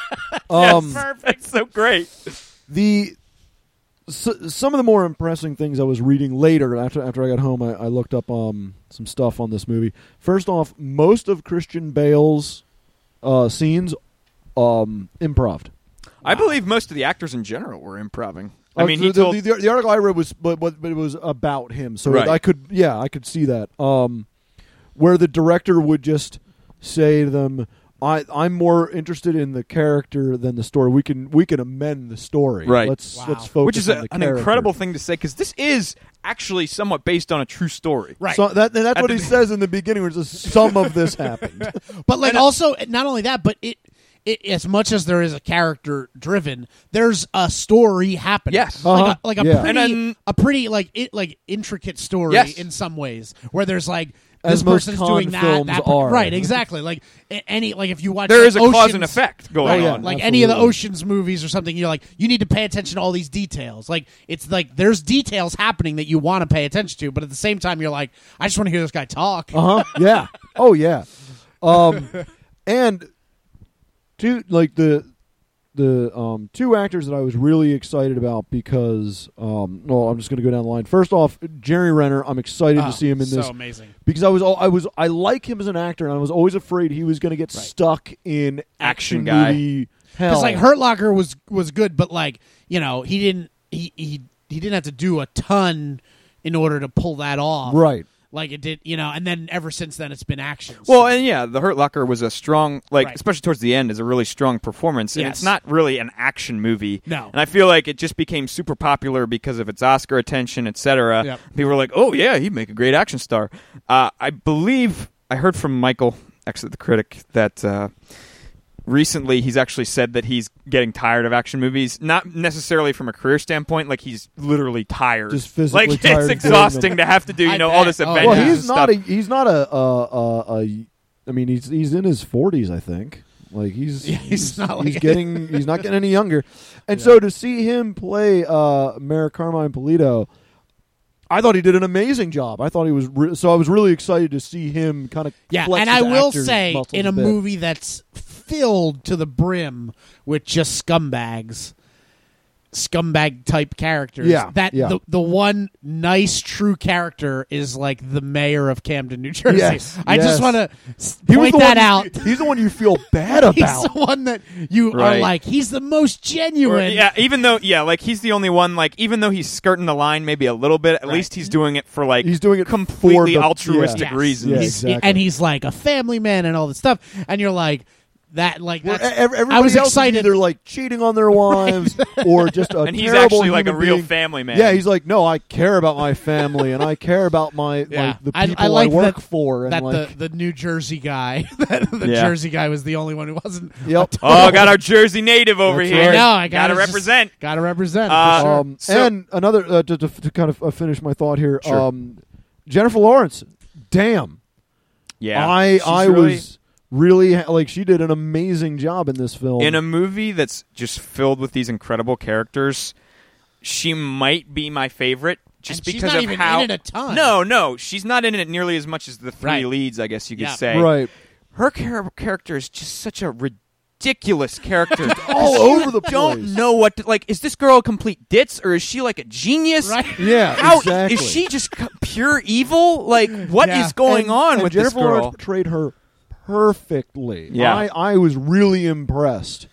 Speaker 3: Um,
Speaker 2: perfect. So great.
Speaker 3: the s some of the more impressive things I was reading later after after I got home, I, I looked up um, some stuff on this movie. First off, most of Christian Bale's uh, scenes um, improv.
Speaker 2: I believe most of the actors in general were improving. I
Speaker 3: Uh,
Speaker 2: mean,
Speaker 3: the,
Speaker 2: he told
Speaker 3: the, the, the article I read was, but, but, but it was about him, so
Speaker 2: Right.
Speaker 3: I could, yeah, I could see that. Um, where the director would just say to them, "I, I'm more interested in the character than the story. We can, we can amend the story.
Speaker 2: Right.
Speaker 3: Let's,
Speaker 4: Wow.
Speaker 3: let's focus,
Speaker 2: which is
Speaker 3: on
Speaker 2: a,
Speaker 3: the
Speaker 2: an
Speaker 3: character.
Speaker 2: incredible thing to say because this is actually somewhat based on a true story.
Speaker 4: Right.
Speaker 3: So that, and that's
Speaker 2: At
Speaker 3: what
Speaker 2: the
Speaker 3: he
Speaker 2: be-
Speaker 3: says in the beginning, which is some of this happened.
Speaker 4: But like also not only that, but it, it as much as there is a character driven, there's a story happening.
Speaker 2: Yes.
Speaker 3: Uh-huh.
Speaker 4: Like a, like a
Speaker 3: Yeah.
Speaker 4: pretty
Speaker 2: And then-
Speaker 4: a pretty like it like intricate story
Speaker 2: Yes.
Speaker 4: in some ways where there's like
Speaker 3: As
Speaker 4: this
Speaker 3: most
Speaker 4: person's
Speaker 3: con
Speaker 4: doing that,
Speaker 3: films
Speaker 4: that per-
Speaker 3: are.
Speaker 4: right exactly like a- any like if you watch
Speaker 2: There
Speaker 4: like,
Speaker 2: is a cause and
Speaker 4: Ocean's-
Speaker 2: effect going
Speaker 4: Right,
Speaker 3: Oh, yeah.
Speaker 2: on.
Speaker 4: like any of the
Speaker 3: Absolutely.
Speaker 4: oceans movies or something you're like you need to pay attention to all these details like it's like there's details happening that you want to pay attention to but at the same time you're like i just want to hear this guy talk
Speaker 3: Uh huh. Yeah. Oh yeah. Um, and two like the the um two actors that I was really excited about because um well I'm just gonna go down the line. First off, Jerry Renner. I'm excited
Speaker 4: Oh,
Speaker 3: to see him in
Speaker 4: so
Speaker 3: this
Speaker 4: amazing
Speaker 3: because I was all I was I like him as an actor and I was always afraid he was gonna get stuck in
Speaker 2: Action
Speaker 3: action,
Speaker 2: guy.
Speaker 3: movie hell.
Speaker 4: Because like Hurt Locker was was good, but like you know he didn't he he he didn't have to do a ton in order to pull that off,
Speaker 3: right.
Speaker 4: Like it did, you know. And then ever since then, it's been action.
Speaker 2: Well, and yeah, the Hurt Locker was a strong, like
Speaker 4: Right.
Speaker 2: especially towards the end, is a really strong performance, and
Speaker 4: Yes.
Speaker 2: it's not really an action movie.
Speaker 4: No.
Speaker 2: and I feel like it just became super popular because of its Oscar attention, etc.
Speaker 4: Yep.
Speaker 2: People were like, "Oh yeah, he'd make a great action star." Uh, I believe I heard from Michael, actually the critic, that. Uh, Recently, he's actually said that he's getting tired of action movies. Not necessarily from a career standpoint, like he's literally tired.
Speaker 3: Just physically
Speaker 2: like
Speaker 3: tired of
Speaker 2: it's
Speaker 3: doing
Speaker 2: exhausting
Speaker 3: them.
Speaker 2: to have to do,
Speaker 4: I
Speaker 2: you know, all
Speaker 4: bet.
Speaker 2: this
Speaker 4: Oh,
Speaker 2: adventure.
Speaker 3: Well,
Speaker 4: yeah.
Speaker 2: and
Speaker 3: he's not
Speaker 2: stuff.
Speaker 3: a he's not a a, a a I mean he's he's in his forties I think. Like he's
Speaker 4: Yeah, he's not like-
Speaker 3: getting he's not getting any younger. And so to see him play uh Mayor Carmine Polito I thought he did an amazing job. I thought he was re- so I was really excited to see him kind of
Speaker 4: yeah,
Speaker 3: flex
Speaker 4: and I
Speaker 3: his
Speaker 4: will
Speaker 3: actor's
Speaker 4: say
Speaker 3: muscles
Speaker 4: in a
Speaker 3: bit.
Speaker 4: movie that's filled to the brim with just scumbags. Scumbag type characters.
Speaker 3: Yeah,
Speaker 4: that
Speaker 3: yeah.
Speaker 4: The, the one nice true character is like the mayor of Camden, New Jersey.
Speaker 3: Yes,
Speaker 4: I
Speaker 3: yes.
Speaker 4: just want to
Speaker 3: He
Speaker 4: point
Speaker 3: was the
Speaker 4: that
Speaker 3: one
Speaker 4: out.
Speaker 3: you- he's the one you feel bad about.
Speaker 4: He's the one that you are
Speaker 2: Right.
Speaker 4: like. He's the most
Speaker 2: Or-
Speaker 4: genuine.
Speaker 2: yeah, even though yeah, like he's the only one. Like even though he's skirting the line maybe a little bit, at least he's doing it for like
Speaker 3: He's doing it for
Speaker 2: completely
Speaker 3: the-
Speaker 2: altruistic
Speaker 4: Yes.
Speaker 2: reasons.
Speaker 3: Yeah,
Speaker 4: He's-
Speaker 3: exactly.
Speaker 4: And he's like a family man and all this stuff. And you're like that. Like
Speaker 3: Where
Speaker 4: that's-
Speaker 3: e- ev- everybody
Speaker 4: I was
Speaker 3: else
Speaker 4: excited.
Speaker 3: Is either like cheating on their wives or just a
Speaker 2: And he's
Speaker 3: terrible
Speaker 2: actually like a
Speaker 3: human
Speaker 2: real
Speaker 3: being.
Speaker 2: family man.
Speaker 3: Yeah, he's like, no, I care about my family and I care about my
Speaker 4: Yeah.
Speaker 3: like the
Speaker 4: I- I
Speaker 3: people
Speaker 4: like
Speaker 3: work
Speaker 4: that-
Speaker 3: for. And
Speaker 4: that
Speaker 3: eh, like,
Speaker 4: the, the New Jersey guy, that the
Speaker 2: Yeah.
Speaker 4: Jersey guy was the only one who wasn't.
Speaker 3: yep.
Speaker 2: Oh, got our Jersey native over
Speaker 3: That's
Speaker 2: here.
Speaker 3: right.
Speaker 4: No, I gotta, just-
Speaker 2: represent.
Speaker 4: gotta represent.
Speaker 2: Uh,
Speaker 4: for sure.
Speaker 3: Um,
Speaker 2: So-
Speaker 3: and another uh, to, to, to kind of uh, finish my thought here.
Speaker 2: Sure.
Speaker 3: Um, Jennifer Lawrence, damn,
Speaker 2: Yeah,
Speaker 3: I
Speaker 2: She's
Speaker 3: I
Speaker 2: really-
Speaker 3: was really ha- like she did an amazing job in this film.
Speaker 2: in a movie that's just filled with these incredible characters. She might be my favorite. Just
Speaker 4: And she's
Speaker 2: because
Speaker 4: not
Speaker 2: of
Speaker 4: even
Speaker 2: how
Speaker 4: in it a ton.
Speaker 2: no, no, she's not in it nearly as much as the three
Speaker 4: Right.
Speaker 2: leads. I guess you could
Speaker 4: Yeah.
Speaker 2: say.
Speaker 3: right.
Speaker 2: her char- character is just such a ridiculous characters
Speaker 3: all
Speaker 2: You
Speaker 3: over the
Speaker 2: Don't
Speaker 3: place.
Speaker 2: know what to, like. Is this girl a complete ditz or is she like a genius?
Speaker 4: Right.
Speaker 3: Yeah,
Speaker 2: How
Speaker 3: exactly.
Speaker 2: is she just c- pure evil? Like what is
Speaker 4: Yeah.
Speaker 2: going
Speaker 3: And-
Speaker 2: on
Speaker 3: and
Speaker 2: with
Speaker 3: Jennifer
Speaker 2: this girl?
Speaker 3: Lawrence portrayed her perfectly.
Speaker 2: Yeah.
Speaker 3: I, I was really impressed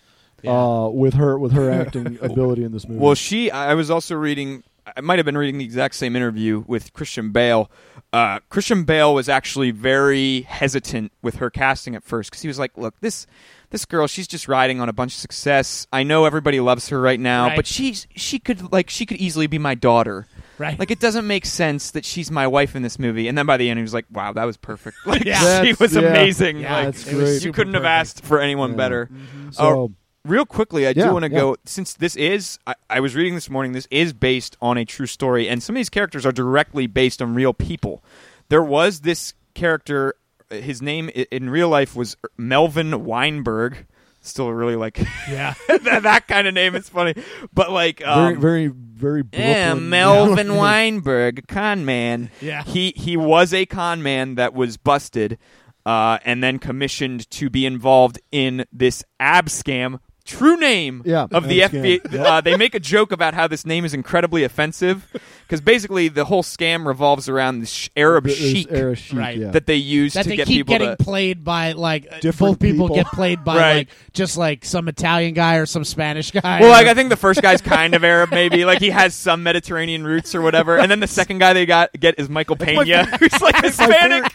Speaker 3: uh, with her with her acting ability in this movie.
Speaker 2: Well, she. I I was also reading. I might have been reading the exact same interview with Christian Bale. Uh, Christian Bale was actually very hesitant with her casting at first because he was like, "Look, this this girl, she's just riding on a bunch of success. I know everybody loves her right now,
Speaker 4: Right.
Speaker 2: but she's she could like she could easily be my daughter."
Speaker 4: Right.
Speaker 2: Like it doesn't make sense that she's my wife in this movie, and then by the end he was like, "Wow, that was perfect! Like
Speaker 4: Yeah.
Speaker 2: she
Speaker 3: That's-
Speaker 2: was
Speaker 3: yeah.
Speaker 2: amazing!
Speaker 4: Yeah,
Speaker 2: like
Speaker 3: that's
Speaker 4: it was
Speaker 3: great.
Speaker 2: you
Speaker 4: super
Speaker 2: couldn't have
Speaker 4: perfect.
Speaker 2: asked for anyone
Speaker 3: Yeah.
Speaker 2: better." Uh,
Speaker 3: so
Speaker 2: Real quickly, I
Speaker 3: Yeah,
Speaker 2: do want to
Speaker 3: yeah.
Speaker 2: go since this is I, I was reading this morning. This is based on a true story, and some of these characters are directly based on real people. There was this character. His name i- in real life was Melvin Weinberg. Still, really like
Speaker 4: Yeah.
Speaker 2: that, that kind of name. It's funny, but like um,
Speaker 3: very very very Brooklyn.
Speaker 2: yeah, Eh, Melvin Weinberg, a con man.
Speaker 4: Yeah.
Speaker 2: he he was a con man that was busted, uh, and then commissioned to be involved in this ab scam. True name
Speaker 3: Yeah,
Speaker 2: of the
Speaker 3: ab scam.
Speaker 2: FBI. Uh, they make a joke about how this name is incredibly offensive because basically the whole scam revolves around this sh- Arab
Speaker 3: There's
Speaker 2: sheik
Speaker 3: Arab chic,
Speaker 4: Right.
Speaker 3: yeah.
Speaker 2: that they use
Speaker 4: that
Speaker 2: to
Speaker 4: they
Speaker 2: get
Speaker 4: keep
Speaker 2: people
Speaker 4: getting
Speaker 2: to.
Speaker 4: played by like uh,
Speaker 3: Different
Speaker 4: both people,
Speaker 3: people.
Speaker 4: get played by
Speaker 2: Right.
Speaker 4: like just like some Italian guy or some Spanish guy.
Speaker 2: Well, like I think the first guy's kind of Arab, maybe like he has some Mediterranean roots or whatever, and then the second guy they got get is Michael Pena, who's like
Speaker 3: my
Speaker 2: Hispanic.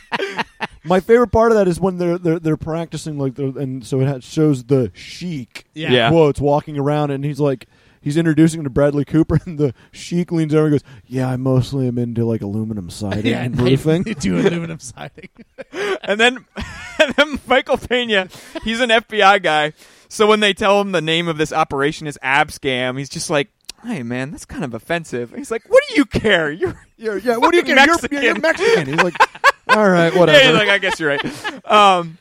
Speaker 3: My favorite part of that is when they're they're, they're practicing like they're, and so it ha- shows the chic
Speaker 4: Yeah.
Speaker 2: Yeah.
Speaker 3: quotes walking around and he's like he's introducing him to Bradley Cooper and the chic leans over and goes yeah I mostly am into like aluminum siding
Speaker 4: yeah,
Speaker 3: and
Speaker 4: and they-
Speaker 3: roofing
Speaker 4: they do aluminum siding.
Speaker 2: and then and then Michael Pena, he's an FBI guy. So when they tell him the name of this operation is ab scam, he's just like, "Hey man, that's kind of offensive." And he's like, "What do you care? You're
Speaker 3: yeah yeah what do you
Speaker 2: Fucking
Speaker 3: care You're-
Speaker 2: Mexican.
Speaker 3: You're, you're Mexican he's like all right whatever
Speaker 2: yeah, he's like, I guess you're right." Um,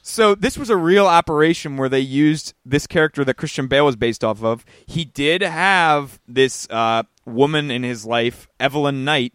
Speaker 2: so this was a real operation where they used this character that Christian Bale was based off of. He did have this uh, woman in his life, Evelyn Knight,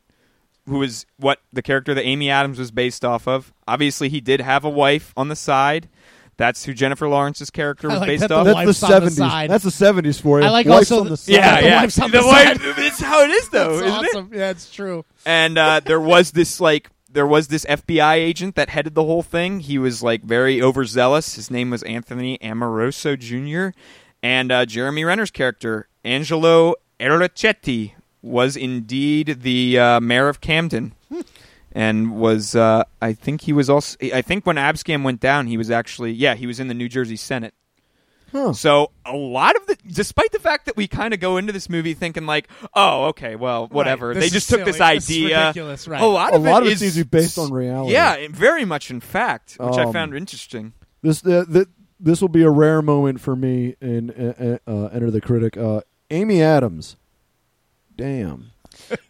Speaker 2: who is what the character that Amy Adams was based off of. Obviously, he did have a wife on the side. That's who Jennifer Lawrence's character
Speaker 4: I
Speaker 2: was
Speaker 4: like
Speaker 2: based
Speaker 4: that
Speaker 2: off.
Speaker 4: the
Speaker 3: that's
Speaker 4: wife's
Speaker 3: the
Speaker 4: on the
Speaker 3: 70s
Speaker 4: side.
Speaker 3: that's the 70s for you
Speaker 4: I like
Speaker 3: Wife's
Speaker 4: also
Speaker 3: on
Speaker 4: the-
Speaker 3: the side.
Speaker 2: yeah,
Speaker 4: the
Speaker 2: yeah.
Speaker 4: wife's on the
Speaker 2: wife- That's how it is, though,
Speaker 4: That's
Speaker 2: Oh, isn't it?
Speaker 4: awesome. Yeah, it's true.
Speaker 2: and uh, there was this like there was this FBI agent that headed the whole thing. He was like very overzealous. His name was Anthony Amoroso Jr. and uh, Jeremy Renner's character Angelo Erlichetti was indeed the uh, mayor of Camden. And was uh, I think he was also I think when Abscam went down he was actually yeah he was in the New Jersey Senate
Speaker 3: Huh.
Speaker 2: so a lot of the, despite the fact that we kind of go into this movie thinking like, oh, okay, well, whatever.
Speaker 4: Right,
Speaker 2: They
Speaker 4: this
Speaker 2: just
Speaker 4: is
Speaker 2: took this
Speaker 4: silly. This is
Speaker 2: idea.
Speaker 4: ridiculous, right.
Speaker 2: A lot
Speaker 3: A
Speaker 2: of it
Speaker 3: lot of it
Speaker 2: is
Speaker 3: seems to be based on reality.
Speaker 2: Yeah, it- very much in fact, which I
Speaker 3: Um,
Speaker 2: found interesting.
Speaker 3: This the, the, this will be a rare moment for me in uh, uh, Enter the Critic. Uh, Amy Adams, damn,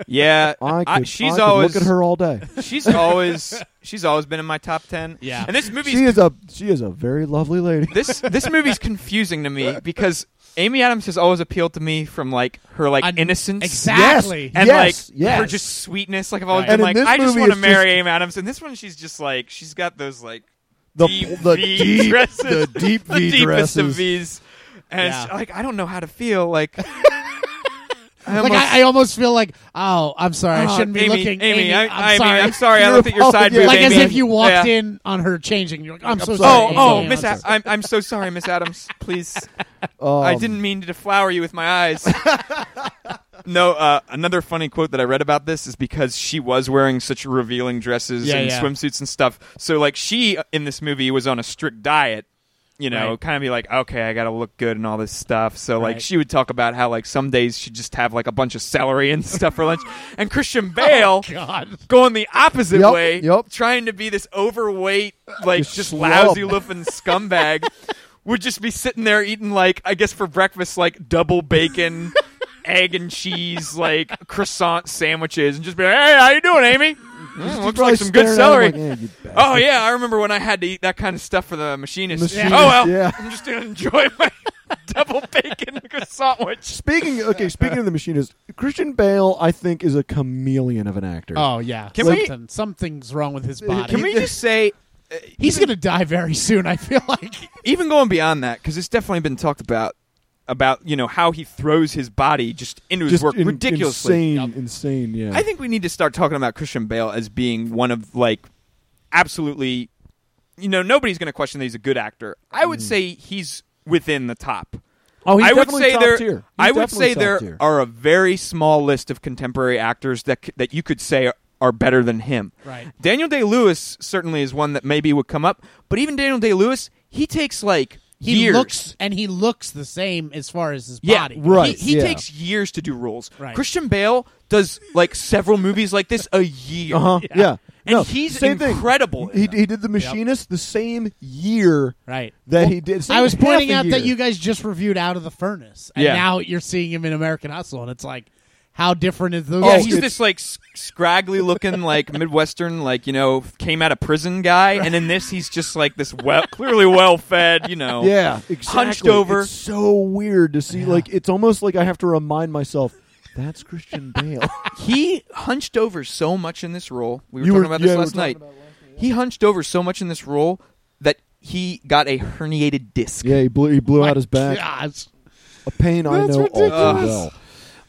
Speaker 2: Yeah,
Speaker 3: I could,
Speaker 2: I- she's
Speaker 3: I could
Speaker 2: always
Speaker 3: look at her all day.
Speaker 2: she's always she's always been in my top ten.
Speaker 4: Yeah.
Speaker 2: and this movie's
Speaker 3: She is a she is a very lovely lady.
Speaker 2: this this movie's confusing to me because Amy Adams has always appealed to me from like her like
Speaker 4: Un-
Speaker 2: innocence,
Speaker 4: Exactly.
Speaker 2: and
Speaker 3: Yes,
Speaker 2: like
Speaker 3: yes.
Speaker 2: her just sweetness. Like I've always
Speaker 4: Right.
Speaker 2: been
Speaker 3: And in
Speaker 2: like,
Speaker 3: this
Speaker 2: I just
Speaker 3: movie,
Speaker 2: want to
Speaker 3: it's
Speaker 2: marry
Speaker 3: just-
Speaker 2: Amy Adams, and this one she's just like she's got those like
Speaker 3: The
Speaker 2: deep
Speaker 3: the
Speaker 2: V
Speaker 3: deep
Speaker 2: dresses,
Speaker 3: the deep
Speaker 2: the
Speaker 3: V
Speaker 2: deepest of
Speaker 3: dresses.
Speaker 2: V's, and
Speaker 4: Yeah.
Speaker 2: she- like I don't know how to feel like. I
Speaker 4: Like
Speaker 2: almost-
Speaker 4: I, I almost feel like, oh, I'm sorry, I
Speaker 2: Oh,
Speaker 4: shouldn't be
Speaker 2: Amy,
Speaker 4: looking.
Speaker 2: Amy, I,
Speaker 4: I'm
Speaker 2: I,
Speaker 4: sorry.
Speaker 2: Amy, I'm sorry. I
Speaker 3: You're
Speaker 2: looked at your side
Speaker 3: apologizing.
Speaker 2: boob,
Speaker 4: like as
Speaker 2: Amy.
Speaker 4: if you walked
Speaker 2: Yeah.
Speaker 4: in on her changing. You're like, I'm, so
Speaker 3: sorry,
Speaker 4: sorry.
Speaker 2: Oh,
Speaker 4: Amy,
Speaker 2: oh,
Speaker 4: I'm
Speaker 2: Miss,
Speaker 4: sorry.
Speaker 2: A- I'm, I'm so sorry, Miss Adams. Please,
Speaker 3: Um,
Speaker 2: I didn't mean to deflower you with my eyes. no, uh, another funny quote that I read about this is because she was wearing such revealing dresses
Speaker 4: Yeah,
Speaker 2: and
Speaker 4: yeah.
Speaker 2: swimsuits and stuff. So, like, she uh, in this movie was on a strict diet. You know,
Speaker 4: Right.
Speaker 2: kind of be like, okay, I got to look good and all this stuff. So, like,
Speaker 4: Right.
Speaker 2: she would talk about how, like, some days she'd just have, like, a bunch of celery and stuff for lunch. And Christian Bale
Speaker 4: God.
Speaker 2: going the opposite
Speaker 3: Yep,
Speaker 2: way,
Speaker 3: yep.
Speaker 2: trying to be this overweight, like
Speaker 3: Just
Speaker 2: just,
Speaker 3: schlub.
Speaker 2: lousy looking scumbag, would just be sitting there eating like I guess for breakfast like double bacon, egg and cheese, like croissant sandwiches, and just be like, hey, how you doing, Amy? Mm, looks
Speaker 3: probably
Speaker 2: like some good
Speaker 3: staring
Speaker 2: celery.
Speaker 3: at him like, "Yeah, you bastard."
Speaker 2: Oh yeah, I remember when I had to eat that kind of stuff for the machinist.
Speaker 3: Machinist,
Speaker 2: Oh well,
Speaker 3: yeah.
Speaker 2: I'm just gonna enjoy my double bacon croissant.
Speaker 3: Speaking okay, speaking of the machinist, Christian Bale, I think, is a chameleon of an actor.
Speaker 4: Oh yeah.
Speaker 2: Can we-
Speaker 4: Something, something's wrong with his body.
Speaker 2: Can we just say
Speaker 4: He's going to die very soon, I feel like.
Speaker 2: even going beyond that because it's definitely been talked about about you know how he throws his body just into his
Speaker 3: Just
Speaker 2: work
Speaker 3: in-
Speaker 2: ridiculously.
Speaker 3: insane, insane. Yeah,
Speaker 2: I think we need to start talking about Christian Bale as being one of like absolutely you know nobody's going to question that he's a good actor. I
Speaker 3: Mm.
Speaker 2: would say he's within the top.
Speaker 3: Oh, he's
Speaker 2: I would
Speaker 3: definitely
Speaker 2: say
Speaker 3: top
Speaker 2: there
Speaker 3: tier. He's
Speaker 2: I would
Speaker 3: definitely
Speaker 2: say
Speaker 3: top
Speaker 2: there
Speaker 3: tier.
Speaker 2: are a very small list of contemporary actors that c- that you could say are, are better than him.
Speaker 4: Right.
Speaker 2: Daniel Day Lewis certainly is one that maybe would come up, but even Daniel Day Lewis, he takes like
Speaker 4: He
Speaker 2: years.
Speaker 4: looks and he looks the same as far as his
Speaker 2: Yeah,
Speaker 4: body.
Speaker 3: Right,
Speaker 2: He, he
Speaker 3: yeah.
Speaker 2: takes years to do roles.
Speaker 4: Right.
Speaker 2: Christian Bale does like several movies like this a year.
Speaker 3: Uh-huh. Yeah.
Speaker 2: And
Speaker 3: No,
Speaker 2: he's
Speaker 3: same thing.
Speaker 2: incredible in
Speaker 3: He,
Speaker 2: them.
Speaker 3: he did the machinist the same year
Speaker 4: Right.
Speaker 3: that he did. same
Speaker 4: I was
Speaker 3: half a
Speaker 4: pointing out that
Speaker 3: year.
Speaker 4: you guys just reviewed Out of the Furnace, and
Speaker 2: Yeah.
Speaker 4: now you're seeing him in American Hustle, and it's like, how different is the?
Speaker 3: Oh,
Speaker 2: Yeah, Oh, he's this like s- scraggly looking, like midwestern, like you know, came out of prison guy, and in this he's just like this well, clearly well fed, you know.
Speaker 3: Yeah, exactly.
Speaker 2: over.
Speaker 3: It's so weird to see. Like it's almost like I have to remind myself that's Christian Bale.
Speaker 2: He hunched over so much in this role. We were
Speaker 3: You
Speaker 2: talking
Speaker 3: were-
Speaker 2: about
Speaker 3: yeah,
Speaker 2: this
Speaker 3: we were
Speaker 2: last
Speaker 3: talking
Speaker 2: night.
Speaker 3: about
Speaker 2: He hunched over so much in this role that he got a herniated disc.
Speaker 3: yeah, he blew he blew
Speaker 4: My
Speaker 3: out his back.
Speaker 4: gosh.
Speaker 3: A pain I
Speaker 4: That's
Speaker 3: know all too
Speaker 2: ridiculous.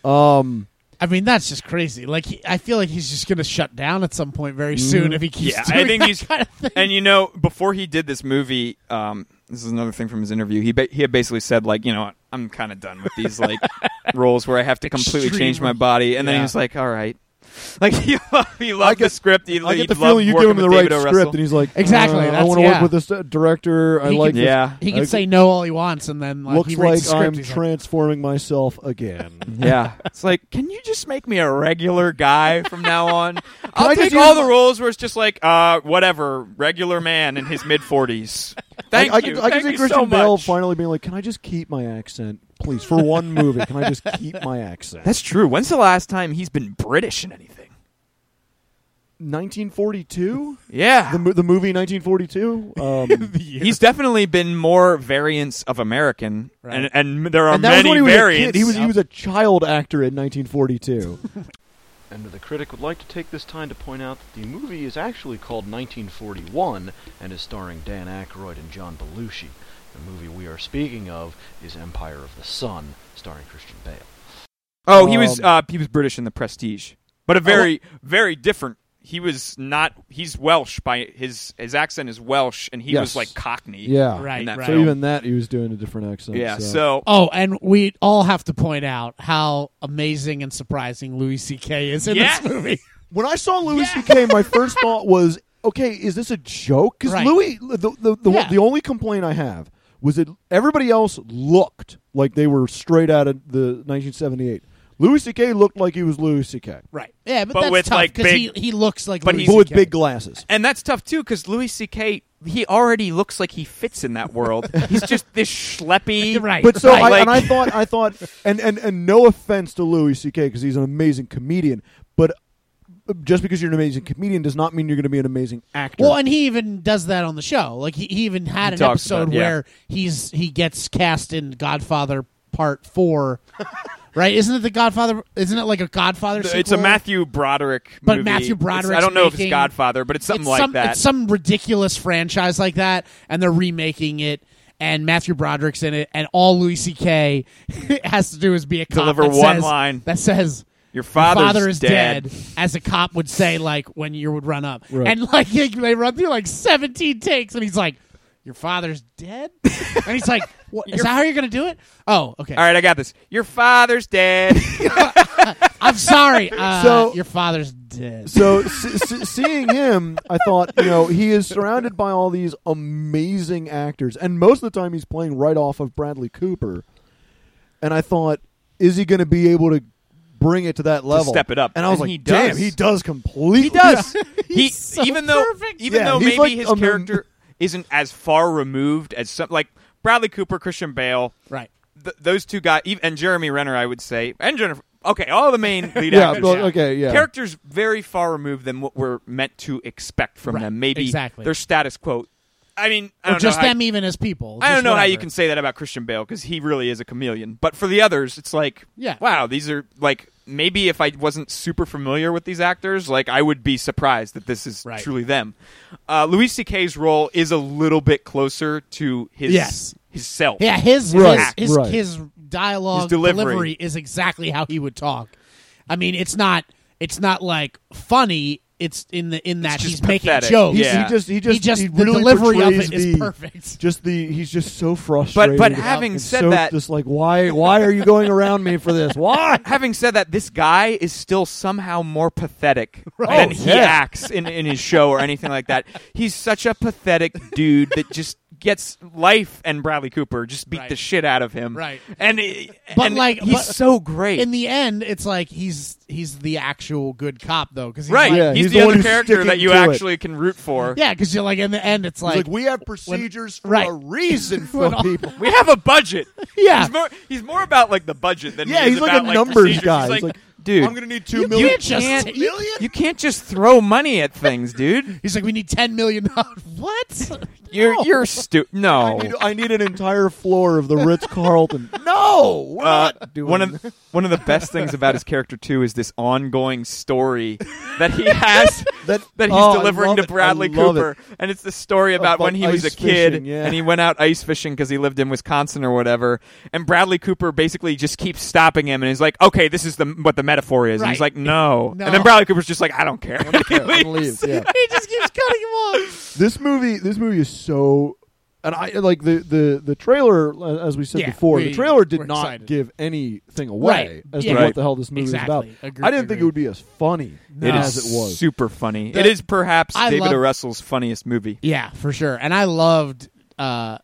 Speaker 3: well. Um,
Speaker 4: I mean, that's just crazy. Like, he, I feel like he's just going to shut down at some point very
Speaker 3: Mm-hmm.
Speaker 4: soon if he keeps
Speaker 2: Yeah, I
Speaker 4: doing
Speaker 2: think
Speaker 4: that
Speaker 2: he's-
Speaker 4: kind of thing.
Speaker 2: And you know, before he did this movie, um, this is another thing from his interview. He ba- he had basically said like, you know, what, I'm kind of done with these like roles where I have to completely
Speaker 4: Extreme.
Speaker 2: change my body. And then he
Speaker 4: Yeah.
Speaker 2: was like, all right, like he loved, he loved
Speaker 3: get-
Speaker 2: the script. He,
Speaker 3: I
Speaker 2: he
Speaker 3: get the
Speaker 2: loved
Speaker 3: feeling you
Speaker 2: Oh, working
Speaker 3: give him the
Speaker 2: with
Speaker 3: right
Speaker 2: David O.
Speaker 3: script,
Speaker 2: Russell.
Speaker 3: and he's like,
Speaker 4: Exactly,
Speaker 3: uh, I
Speaker 4: that's-
Speaker 3: want to
Speaker 4: yeah.
Speaker 3: work with this uh, director. I
Speaker 4: He
Speaker 3: like.
Speaker 4: can-
Speaker 3: this.
Speaker 2: Yeah.
Speaker 4: he can
Speaker 3: I-
Speaker 4: say no all he wants, and then like,
Speaker 3: Looks
Speaker 4: he reads
Speaker 3: like
Speaker 4: the script,
Speaker 3: I'm
Speaker 4: he's like,
Speaker 3: transforming myself again.
Speaker 2: Yeah, it's like, can you just make me a regular guy from now on? I'll
Speaker 3: I just
Speaker 2: take all
Speaker 3: use
Speaker 2: the
Speaker 3: my-
Speaker 2: roles where it's just like, uh, whatever, regular man in his mid forties. Thank
Speaker 3: I, I
Speaker 2: you,
Speaker 3: Can, I
Speaker 2: Thank
Speaker 3: can see
Speaker 2: you
Speaker 3: Christian
Speaker 2: so
Speaker 3: Bale
Speaker 2: much.
Speaker 3: finally being like, "Can I just keep my accent, please, for one movie? Can I just keep my accent?"
Speaker 2: That's true. When's the last time he's been British in anything?
Speaker 3: 1942.
Speaker 2: Yeah,
Speaker 3: The, mo- the movie 1942. Um,
Speaker 2: He's definitely been more variants of American,
Speaker 4: Right.
Speaker 2: and and there are
Speaker 3: and that was
Speaker 2: many
Speaker 3: when he was a
Speaker 2: variants.
Speaker 3: kid. He was he was a child actor in 1942.
Speaker 5: And the critic would like to take this time to point out that the movie is actually called 1941 and is starring Dan Aykroyd and John Belushi. The movie we are speaking of is Empire of the Sun, starring Christian Bale.
Speaker 2: oh, he was
Speaker 3: Um, Oh,
Speaker 2: uh, he was British in the Prestige, but a very very different. He was not. He's Welsh by his his accent is Welsh, and he
Speaker 3: Yes.
Speaker 2: was like Cockney.
Speaker 3: yeah,
Speaker 4: Right,
Speaker 2: in that
Speaker 4: right.
Speaker 3: So
Speaker 2: film.
Speaker 3: even that, he was doing a different accent.
Speaker 2: yeah. So,
Speaker 4: Oh, and we all have to point out how amazing and surprising Louis C.K. is in
Speaker 2: Yes.
Speaker 4: this movie.
Speaker 3: when I saw Louis C.K., my first thought was, "Okay, is this a joke?" Because
Speaker 4: Right.
Speaker 3: Louis, the the, the,
Speaker 4: Yeah.
Speaker 3: the only complaint I have was that everybody else looked like they were straight out of the 1978. Louis C.K. looked like he was Louis C.K.
Speaker 4: Right. Yeah, but,
Speaker 2: But
Speaker 4: that's
Speaker 2: with,
Speaker 4: tough
Speaker 2: like,
Speaker 4: because he,
Speaker 2: big-
Speaker 4: he looks like
Speaker 2: but
Speaker 4: Louis
Speaker 2: he's-
Speaker 3: but with
Speaker 4: CK.
Speaker 3: big glasses.
Speaker 2: and that's tough too because Louis C.K. he already looks like he fits in that world. he's just this schleppy.
Speaker 4: Right.
Speaker 3: But so
Speaker 2: Right.
Speaker 3: I,
Speaker 2: Like-
Speaker 3: and I thought I thought and, and and no offense to Louis C.K. because he's an amazing comedian, but uh, just because you're an amazing comedian does not mean you're going to be an amazing actor.
Speaker 4: Well, and he even does that on the show. Like he, he even had an
Speaker 2: talks
Speaker 4: episode
Speaker 2: about it, yeah.
Speaker 4: where he's he gets cast in Godfather Part Four. right? Isn't it the Godfather? Isn't it like a Godfather?
Speaker 2: It's a
Speaker 4: sequel?
Speaker 2: Matthew Broderick,
Speaker 4: But
Speaker 2: movie.
Speaker 4: Matthew
Speaker 2: It's- I
Speaker 4: Broderick's
Speaker 2: don't know if
Speaker 4: making-
Speaker 2: it's Godfather, but it's something
Speaker 4: it's
Speaker 2: like
Speaker 4: some,
Speaker 2: that.
Speaker 4: It's some ridiculous franchise like that, and they're remaking it. And Matthew Broderick's in it, and all Louis C.K. has to do is be a cop
Speaker 2: Deliver
Speaker 4: that
Speaker 2: one
Speaker 4: says-
Speaker 2: line.
Speaker 4: that says
Speaker 2: Your
Speaker 4: father,
Speaker 2: father's
Speaker 4: is
Speaker 2: dead."
Speaker 4: as a cop would say, like when you would run up,
Speaker 3: Right.
Speaker 4: and like they they run through like seventeen takes, and he's like, "Your father's dead," and he's like, what, "Is
Speaker 2: Your-
Speaker 4: that how you're gonna do it?" Oh, okay.
Speaker 2: All right, I got this. Your father's dead.
Speaker 4: I'm sorry. Uh,
Speaker 3: So-
Speaker 4: your father's dead.
Speaker 3: so s- s- seeing him, I thought you know he is surrounded by all these amazing actors, and most of the time he's playing right off of Bradley Cooper. And I thought, is he going to be able to bring it to that level,
Speaker 2: step it up.
Speaker 3: And I was
Speaker 2: And
Speaker 3: like,
Speaker 2: he
Speaker 3: damn,
Speaker 2: does.
Speaker 3: he does completely.
Speaker 2: He does. he
Speaker 4: He's so
Speaker 2: even though
Speaker 4: perfect.
Speaker 2: even
Speaker 3: Yeah,
Speaker 2: though
Speaker 3: he's
Speaker 2: maybe
Speaker 3: like
Speaker 2: his
Speaker 3: a mem-
Speaker 2: character isn't as far removed as some like Bradley Cooper, Christian Bale,
Speaker 4: Right.
Speaker 2: th- those two guys, ev- and Jeremy Renner, I would say, and Jennifer. Okay, all the main lead
Speaker 3: Yeah,
Speaker 2: actors.
Speaker 3: but- okay, yeah.
Speaker 2: Characters very far removed than what we're meant to expect from
Speaker 4: Right,
Speaker 2: them. Maybe
Speaker 4: exactly.
Speaker 2: their status quo. I mean, I
Speaker 4: Or
Speaker 2: don't
Speaker 4: just
Speaker 2: know how,
Speaker 4: them, even as people.
Speaker 2: I
Speaker 4: Just
Speaker 2: don't know how you
Speaker 4: whatever.
Speaker 2: can say that about Christian Bale because he really is a chameleon. But for the others, it's like,
Speaker 4: Yeah.
Speaker 2: wow, these are like maybe if I wasn't super familiar with these actors, like I would be surprised that this is
Speaker 4: Right.
Speaker 2: truly them. Uh, Louis C.K.'s role is a little bit closer to his
Speaker 4: Yes.
Speaker 2: his self.
Speaker 4: Yeah, his
Speaker 3: Right,
Speaker 4: his his,
Speaker 3: right.
Speaker 4: his dialogue
Speaker 2: His delivery.
Speaker 4: delivery. is exactly how he would talk. I mean, it's not it's not like funny. It's in the in that
Speaker 2: just
Speaker 4: he's
Speaker 2: pathetic.
Speaker 4: making jokes.
Speaker 3: He,
Speaker 2: Yeah.
Speaker 3: he just he just he
Speaker 4: the
Speaker 3: really
Speaker 4: delivery of
Speaker 3: portrays
Speaker 4: it is
Speaker 3: the,
Speaker 4: perfect.
Speaker 3: Just the he's just so frustrated.
Speaker 2: But- but having
Speaker 3: and
Speaker 2: said
Speaker 3: so
Speaker 2: that-
Speaker 3: just like why why are you going around me for this? Why?
Speaker 2: Having said that, this guy is still somehow more pathetic than
Speaker 3: Oh,
Speaker 2: he
Speaker 3: yeah.
Speaker 2: acts in, in his show or anything like that. He's such a pathetic dude that just gets life and Bradley Cooper just beat
Speaker 4: Right.
Speaker 2: the shit out of him.
Speaker 4: Right.
Speaker 2: And it-
Speaker 4: But
Speaker 2: and
Speaker 4: like-
Speaker 2: he's
Speaker 4: but-
Speaker 2: so great.
Speaker 4: In the end, it's like he's he's the actual good cop though, because
Speaker 2: right.
Speaker 3: Yeah,
Speaker 2: he's,
Speaker 3: he's
Speaker 2: the,
Speaker 3: the one
Speaker 2: other
Speaker 3: who's
Speaker 2: character
Speaker 3: sticking
Speaker 2: that you
Speaker 3: to it.
Speaker 2: actually can root for.
Speaker 4: yeah, because you're like in the end, it's
Speaker 3: He's
Speaker 4: like,
Speaker 3: we have procedures for
Speaker 4: right.
Speaker 3: a reason
Speaker 4: When
Speaker 3: for
Speaker 4: all-
Speaker 3: people.
Speaker 2: We have a budget.
Speaker 4: Yeah.
Speaker 2: He's more, he's more about like the budget than
Speaker 3: Yeah,
Speaker 2: he is
Speaker 3: he's like
Speaker 2: about,
Speaker 3: a numbers
Speaker 2: procedures.
Speaker 3: guy.
Speaker 2: He's
Speaker 3: He's
Speaker 2: like,
Speaker 3: like,
Speaker 2: dude,
Speaker 3: I'm gonna need two
Speaker 4: You
Speaker 3: million.
Speaker 4: can't just
Speaker 2: can't-
Speaker 4: take-
Speaker 2: you can't just throw money at things, dude.
Speaker 4: he's like we need ten million dollars. What?
Speaker 2: You're
Speaker 4: No.
Speaker 2: you're stu-
Speaker 3: I
Speaker 2: no.
Speaker 3: need, I need an entire floor of the Ritz Carlton. no, we're
Speaker 2: Uh,
Speaker 3: not doing
Speaker 2: one of one of the best things about his character too is this ongoing story that he has
Speaker 3: That-
Speaker 2: that he's
Speaker 3: oh, I
Speaker 2: delivering
Speaker 3: love
Speaker 2: to
Speaker 3: it. I
Speaker 2: Bradley
Speaker 3: love
Speaker 2: Cooper,
Speaker 3: it.
Speaker 2: and it's the story about
Speaker 3: About
Speaker 2: when he was a
Speaker 3: ice
Speaker 2: kid
Speaker 3: fishing, yeah.
Speaker 2: and he went out ice fishing because he lived in Wisconsin or whatever, and Bradley Cooper basically just keeps stopping him and is like, "Okay, this is the what the metaphor is," and he's
Speaker 4: Right.
Speaker 2: like, no.
Speaker 4: No.
Speaker 2: and then Bradley Cooper's just like, "I don't care."
Speaker 3: Okay, I'm gonna leave. Yeah.
Speaker 4: he just keeps cutting him off.
Speaker 3: this movie this movie is so and I like the the the trailer uh, as we said
Speaker 4: Yeah,
Speaker 3: before
Speaker 4: we
Speaker 3: the trailer did
Speaker 4: were
Speaker 3: not
Speaker 4: excited.
Speaker 3: give anything away
Speaker 4: Right,
Speaker 3: as
Speaker 4: yeah.
Speaker 3: to
Speaker 2: Right.
Speaker 3: what the hell this movie
Speaker 4: Exactly.
Speaker 3: is about.
Speaker 4: Agree-
Speaker 3: I didn't think
Speaker 4: agree.
Speaker 3: it would be as funny
Speaker 2: It
Speaker 3: as
Speaker 2: is
Speaker 3: it was.
Speaker 2: super funny.
Speaker 4: The-
Speaker 2: it is perhaps
Speaker 4: I
Speaker 2: David
Speaker 4: love-
Speaker 2: O. Russell's funniest movie.
Speaker 4: Yeah, for sure. And I loved. uh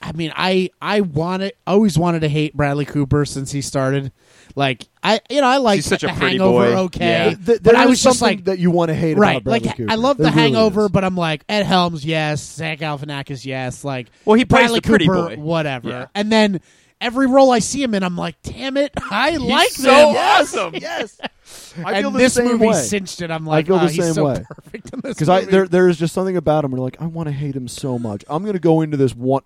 Speaker 4: I mean, I I wanted I always wanted to hate Bradley Cooper since he started. Like I, you know, I like
Speaker 2: He's such a
Speaker 4: the
Speaker 2: pretty
Speaker 4: Hangover.
Speaker 2: boy.
Speaker 4: Okay,
Speaker 2: Yeah.
Speaker 3: Th- there
Speaker 4: but I
Speaker 3: is
Speaker 4: was just
Speaker 3: something
Speaker 4: like,
Speaker 3: that you want to hate
Speaker 4: right,
Speaker 3: about Bradley
Speaker 4: like
Speaker 3: Cooper.
Speaker 4: I love the
Speaker 3: There really
Speaker 4: Hangover,
Speaker 3: is.
Speaker 4: but I'm like Ed Helms, yes, Zach Galifianakis, yes, like
Speaker 2: Well, he plays
Speaker 4: Bradley
Speaker 2: the pretty
Speaker 4: Cooper,
Speaker 2: boy.
Speaker 4: whatever.
Speaker 2: Yeah.
Speaker 4: And then every role I see him in, I'm like, damn it, I like
Speaker 2: so
Speaker 4: them.
Speaker 2: awesome.
Speaker 4: yes.
Speaker 3: I feel
Speaker 4: and
Speaker 3: the
Speaker 4: this
Speaker 3: same
Speaker 4: movie
Speaker 3: way.
Speaker 4: cinched it. I'm like,
Speaker 3: feel the
Speaker 4: oh, he's
Speaker 3: same
Speaker 4: so
Speaker 3: way.
Speaker 4: perfect in this
Speaker 3: because I
Speaker 4: movie.
Speaker 3: there there is just something about him. Where you're like, I want to hate him so much. I'm going to go into this one.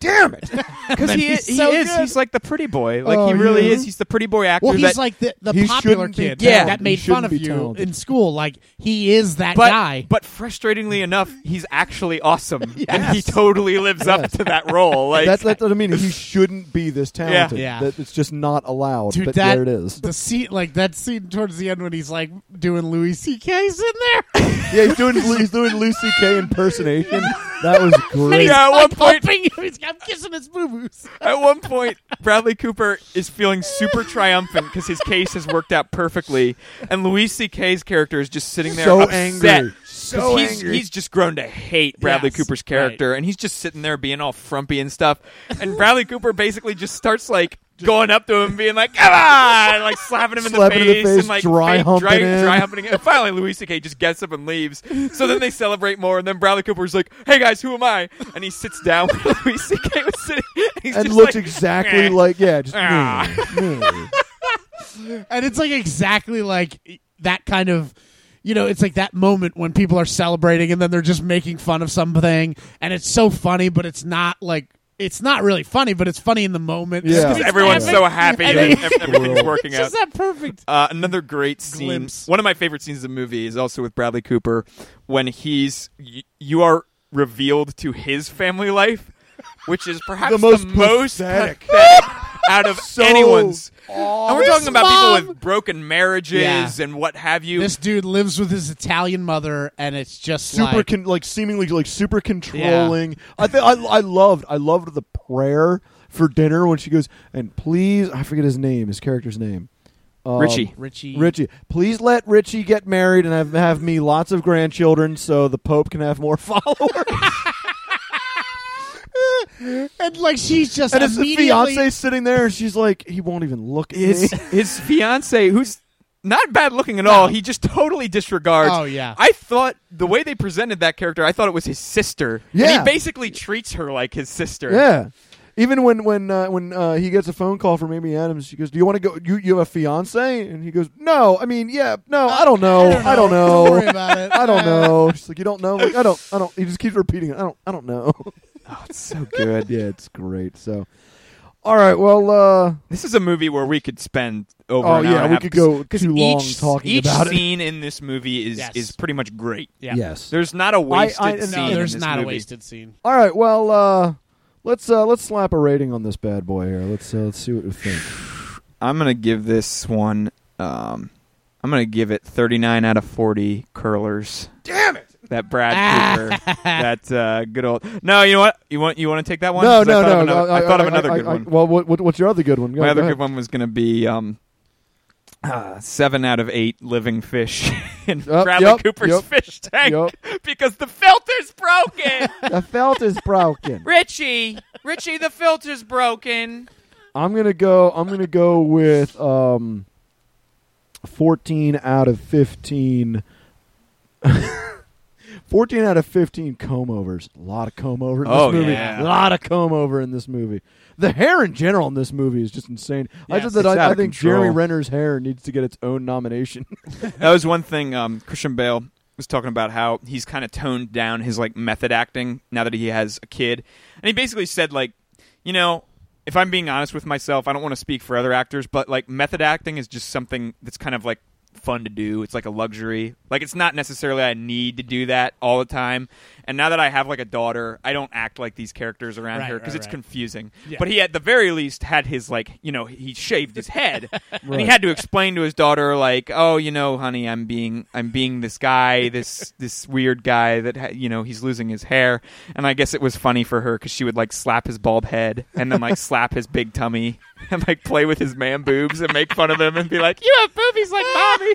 Speaker 3: Damn it!
Speaker 2: Because he, is- he
Speaker 4: so
Speaker 2: is.
Speaker 4: good.
Speaker 2: He's like the pretty boy. Like
Speaker 3: Oh,
Speaker 2: he really
Speaker 3: yeah.
Speaker 2: is. He's the pretty boy actor.
Speaker 4: Well, he's
Speaker 2: that,
Speaker 4: like the, the
Speaker 3: he
Speaker 4: popular
Speaker 3: shouldn't be
Speaker 4: kid
Speaker 2: talented.
Speaker 4: that
Speaker 3: He
Speaker 4: made
Speaker 3: shouldn't
Speaker 4: fun of
Speaker 3: be
Speaker 4: you
Speaker 3: talented.
Speaker 4: in school. Like he is that
Speaker 2: but,
Speaker 4: guy.
Speaker 2: But frustratingly enough, he's actually awesome, and he totally lives up to that role. Like
Speaker 3: That's that's what I mean. He shouldn't be this talented.
Speaker 4: Yeah.
Speaker 3: That- it's just not allowed.
Speaker 4: Dude,
Speaker 3: but
Speaker 4: that
Speaker 3: there it is.
Speaker 4: the scene, like that scene towards the end when he's like doing Louis C.K.'s in there,
Speaker 3: Yeah, he's doing he's doing Lucy K impersonation. That was
Speaker 4: and
Speaker 3: great.
Speaker 4: he's
Speaker 2: Yeah, at
Speaker 4: like
Speaker 2: one point-
Speaker 4: humping him. He's- I'm kissing his boo boos.
Speaker 2: at one point, Bradley Cooper is feeling super triumphant because his case has worked out perfectly, and Louis C.K.'s character is just sitting there
Speaker 3: So
Speaker 2: upset.
Speaker 3: angry.
Speaker 2: 'Cause
Speaker 3: So
Speaker 2: he's,
Speaker 3: angry.
Speaker 2: he's just grown to hate Bradley
Speaker 4: Yes,
Speaker 2: Cooper's character, and he's just sitting there being all frumpy and stuff. And Bradley Cooper basically just starts like going up to him, and being like, "Come on!" and, like slapping him in the
Speaker 3: Slapping
Speaker 2: face,
Speaker 3: him in the
Speaker 2: and
Speaker 3: face,
Speaker 2: like
Speaker 3: dry
Speaker 2: fake
Speaker 3: humping
Speaker 2: dry,
Speaker 3: him.
Speaker 2: dry humping him. And finally, Louis C.K. just gets up and leaves. So then they celebrate more, and then Bradley Cooper's like, "Hey guys, who am I?" And he sits down where Louis C.K. was sitting, and, he's
Speaker 3: and
Speaker 2: just
Speaker 3: looks
Speaker 2: like,
Speaker 3: exactly
Speaker 2: "Eh."
Speaker 3: like yeah, just
Speaker 2: Ah.
Speaker 3: me, me.
Speaker 4: And it's like exactly like that kind of, you know, it's like that moment when people are celebrating and then they're just making fun of something, and it's so funny, but it's not like it's not really funny, but it's funny in the moment.
Speaker 3: Yeah.
Speaker 4: It's-
Speaker 3: Because
Speaker 4: it's
Speaker 2: Everyone's
Speaker 4: epic.
Speaker 2: so happy
Speaker 4: I
Speaker 2: that
Speaker 4: mean,
Speaker 2: ev- everything's working
Speaker 4: it's
Speaker 2: out.
Speaker 4: just that perfect.
Speaker 2: Uh, another great scene.
Speaker 4: Glimpse.
Speaker 2: One of my favorite scenes of the movie is also with Bradley Cooper when he's y- you are revealed to his family life, which is perhaps the
Speaker 3: The
Speaker 2: most,
Speaker 3: most
Speaker 2: pathetic.
Speaker 3: pathetic.
Speaker 2: out of
Speaker 3: So
Speaker 2: anyone's. And we're
Speaker 4: This
Speaker 2: talking about
Speaker 4: mom-
Speaker 2: people with broken marriages
Speaker 4: Yeah.
Speaker 2: and what have you.
Speaker 4: This dude lives with his Italian mother, and it's just
Speaker 3: super
Speaker 4: like,
Speaker 3: con- like seemingly like super controlling. I think I I loved I loved the prayer for dinner when she goes and please I forget his name his character's name Um,
Speaker 2: Richie.
Speaker 4: Richie.
Speaker 3: Richie please let Richie get married and have, have me lots of grandchildren so the Pope can have more followers.
Speaker 4: and like she's just
Speaker 3: and it's the
Speaker 4: immediately
Speaker 3: fiance sitting there and she's like he won't even look at
Speaker 2: his
Speaker 3: me.
Speaker 2: his fiance who's not bad looking at all. He just totally disregards.
Speaker 4: Oh, yeah.
Speaker 2: I thought the way they presented that character, I thought it was his sister. And
Speaker 3: Yeah.
Speaker 2: he basically treats her like his sister.
Speaker 3: Yeah. Even when when uh, when uh, he gets a phone call from Amy Adams, she goes, "Do you want to go? You you have a fiance?" And he goes, "No, I mean, yeah, no, I don't know, I don't
Speaker 4: Don't worry
Speaker 3: know,
Speaker 4: about it.
Speaker 3: I don't know." She's like, "You don't know? Like, I don't, I don't." He just keeps repeating it. I don't, I don't know.
Speaker 2: Oh, it's so good.
Speaker 3: yeah, it's great. So, all right, well, uh,
Speaker 2: This is a movie where we could spend over.
Speaker 3: Oh,
Speaker 2: an
Speaker 3: yeah,
Speaker 2: hour and a
Speaker 3: we
Speaker 2: half,
Speaker 3: could go
Speaker 2: 'cause
Speaker 3: too
Speaker 2: each-
Speaker 3: long talking
Speaker 2: each
Speaker 3: about it.
Speaker 2: scene in this movie is
Speaker 4: Yes.
Speaker 2: is pretty much great.
Speaker 4: Yeah.
Speaker 6: Yes.
Speaker 2: There's not a wasted
Speaker 3: I- no,
Speaker 2: scene.
Speaker 4: No,
Speaker 2: in
Speaker 4: there's
Speaker 2: this
Speaker 4: not a
Speaker 2: movie.
Speaker 4: wasted scene.
Speaker 3: All right, well, uh, let's uh, let's slap a rating on this bad boy here. Let's uh, let's see what we think.
Speaker 2: I'm gonna give this one. Um, I'm gonna give it 39 out of 40 curlers. Damn it! That
Speaker 4: Ah.
Speaker 2: Brad Cooper. that uh, good old. No, you know what? You want you want to take that one?
Speaker 3: No,
Speaker 2: 'Cause
Speaker 3: no,
Speaker 2: I thought
Speaker 3: no.
Speaker 2: Of another,
Speaker 3: no,
Speaker 2: I thought of another
Speaker 3: I-
Speaker 2: good
Speaker 3: I-
Speaker 2: one.
Speaker 3: Well, what, what- what's your other good one? Go-
Speaker 2: My other
Speaker 3: go
Speaker 2: good one was gonna be um, uh, seven out of eight living fish in
Speaker 3: Yup,
Speaker 2: Bradley
Speaker 3: yup,
Speaker 2: Cooper's
Speaker 3: yup,
Speaker 2: fish tank
Speaker 3: yup.
Speaker 2: because the filter's broken.
Speaker 3: ahead. The felt is broken.
Speaker 2: Richie, Richie, the filter's broken.
Speaker 3: I'm gonna go. I'm gonna go with um, 14 out of 15. 14 out of 15 comb overs. A lot of comb over in this
Speaker 2: Oh,
Speaker 3: movie.
Speaker 2: yeah.
Speaker 3: A lot of comb over in this movie. The hair in general in this movie is just insane. I
Speaker 4: Yes,
Speaker 3: just that
Speaker 2: it's
Speaker 3: I,
Speaker 2: out
Speaker 3: I
Speaker 2: of
Speaker 3: think
Speaker 2: control.
Speaker 3: Jeremy Renner's hair needs to get its own nomination.
Speaker 2: That was one thing. Um, Christian Bale was talking about how he's kind of toned down his like method acting now that he has a kid, and he basically said like, you know, if I'm being honest with myself, I don't want to speak for other actors, but like method acting is just something that's kind of like fun to do. It's like a luxury. Like it's not necessarily I need to do that all the time. And now that I have like a daughter, I don't act like these characters around
Speaker 4: Right,
Speaker 2: here because
Speaker 4: right,
Speaker 2: it's
Speaker 4: right.
Speaker 2: confusing.
Speaker 4: Yeah.
Speaker 2: But he at the very least had his like, you know, he shaved his head. And he
Speaker 3: Right.
Speaker 2: had to explain to his daughter like, "Oh, you know, honey, I'm being I'm being this guy, this this weird guy that ha- you know, he's losing his hair." And I guess it was funny for her cuz she would like slap his bald head and then like slap his big tummy and like play with his man boobs and make fun of him and be like, "You have boobies like mommy."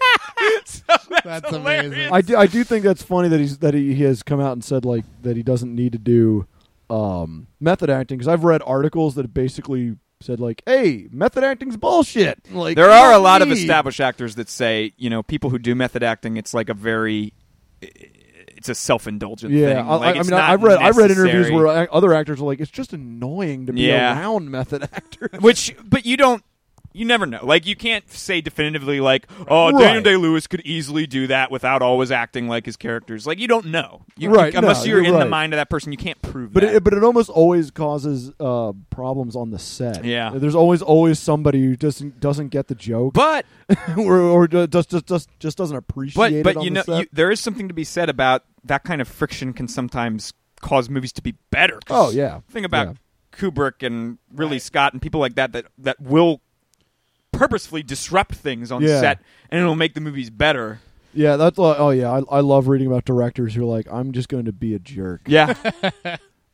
Speaker 2: so that's,
Speaker 4: That's
Speaker 2: hilarious.
Speaker 4: amazing.
Speaker 3: I do, I do think that's funny that he's that he, he has come out and said like that he doesn't need to do um, method acting because I've read articles that basically said like, "Hey, method acting's bullshit." Like
Speaker 2: There
Speaker 3: you
Speaker 2: are a
Speaker 3: don't
Speaker 2: lot of
Speaker 3: need-
Speaker 2: established actors that say, you know, people who do method acting, it's like a very, it's a self-indulgent thing.
Speaker 3: Yeah, I,
Speaker 2: Like,
Speaker 3: I
Speaker 2: it's
Speaker 3: mean, I-
Speaker 2: not
Speaker 3: I've read I've read interviews
Speaker 2: necessary.
Speaker 3: where a- other actors are like, "It's just annoying to be
Speaker 2: Yeah.
Speaker 3: around method actors."
Speaker 2: which, but you don't. You never know. Like you can't say definitively, like, oh,
Speaker 3: Right.
Speaker 2: Daniel Day Lewis could easily do that without always acting like his characters. Like you don't know, you,
Speaker 3: Right,
Speaker 2: you- unless
Speaker 3: no,
Speaker 2: you're,
Speaker 3: you're
Speaker 2: in the
Speaker 3: right.
Speaker 2: mind of that person, you can't prove
Speaker 3: But
Speaker 2: that.
Speaker 3: it, but it almost always causes uh, problems on the set.
Speaker 2: Yeah.
Speaker 3: there's always always somebody who doesn't doesn't get the joke
Speaker 2: but
Speaker 3: or, or just, just just just doesn't appreciate
Speaker 2: but
Speaker 3: it.
Speaker 2: but
Speaker 3: on
Speaker 2: you
Speaker 3: the
Speaker 2: know
Speaker 3: set.
Speaker 2: you, there is something to be said about that kind of friction can sometimes cause movies to be better. 'Cause
Speaker 3: Oh, yeah.
Speaker 2: think about
Speaker 3: Yeah.
Speaker 2: Kubrick and Ridley Scott and people like that that that will purposefully disrupt things on
Speaker 3: Yeah.
Speaker 2: set and it'll make the movies better.
Speaker 3: Yeah, that's like, oh yeah, I, I love reading about directors who are like, I'm just going to be a jerk.
Speaker 2: Yeah,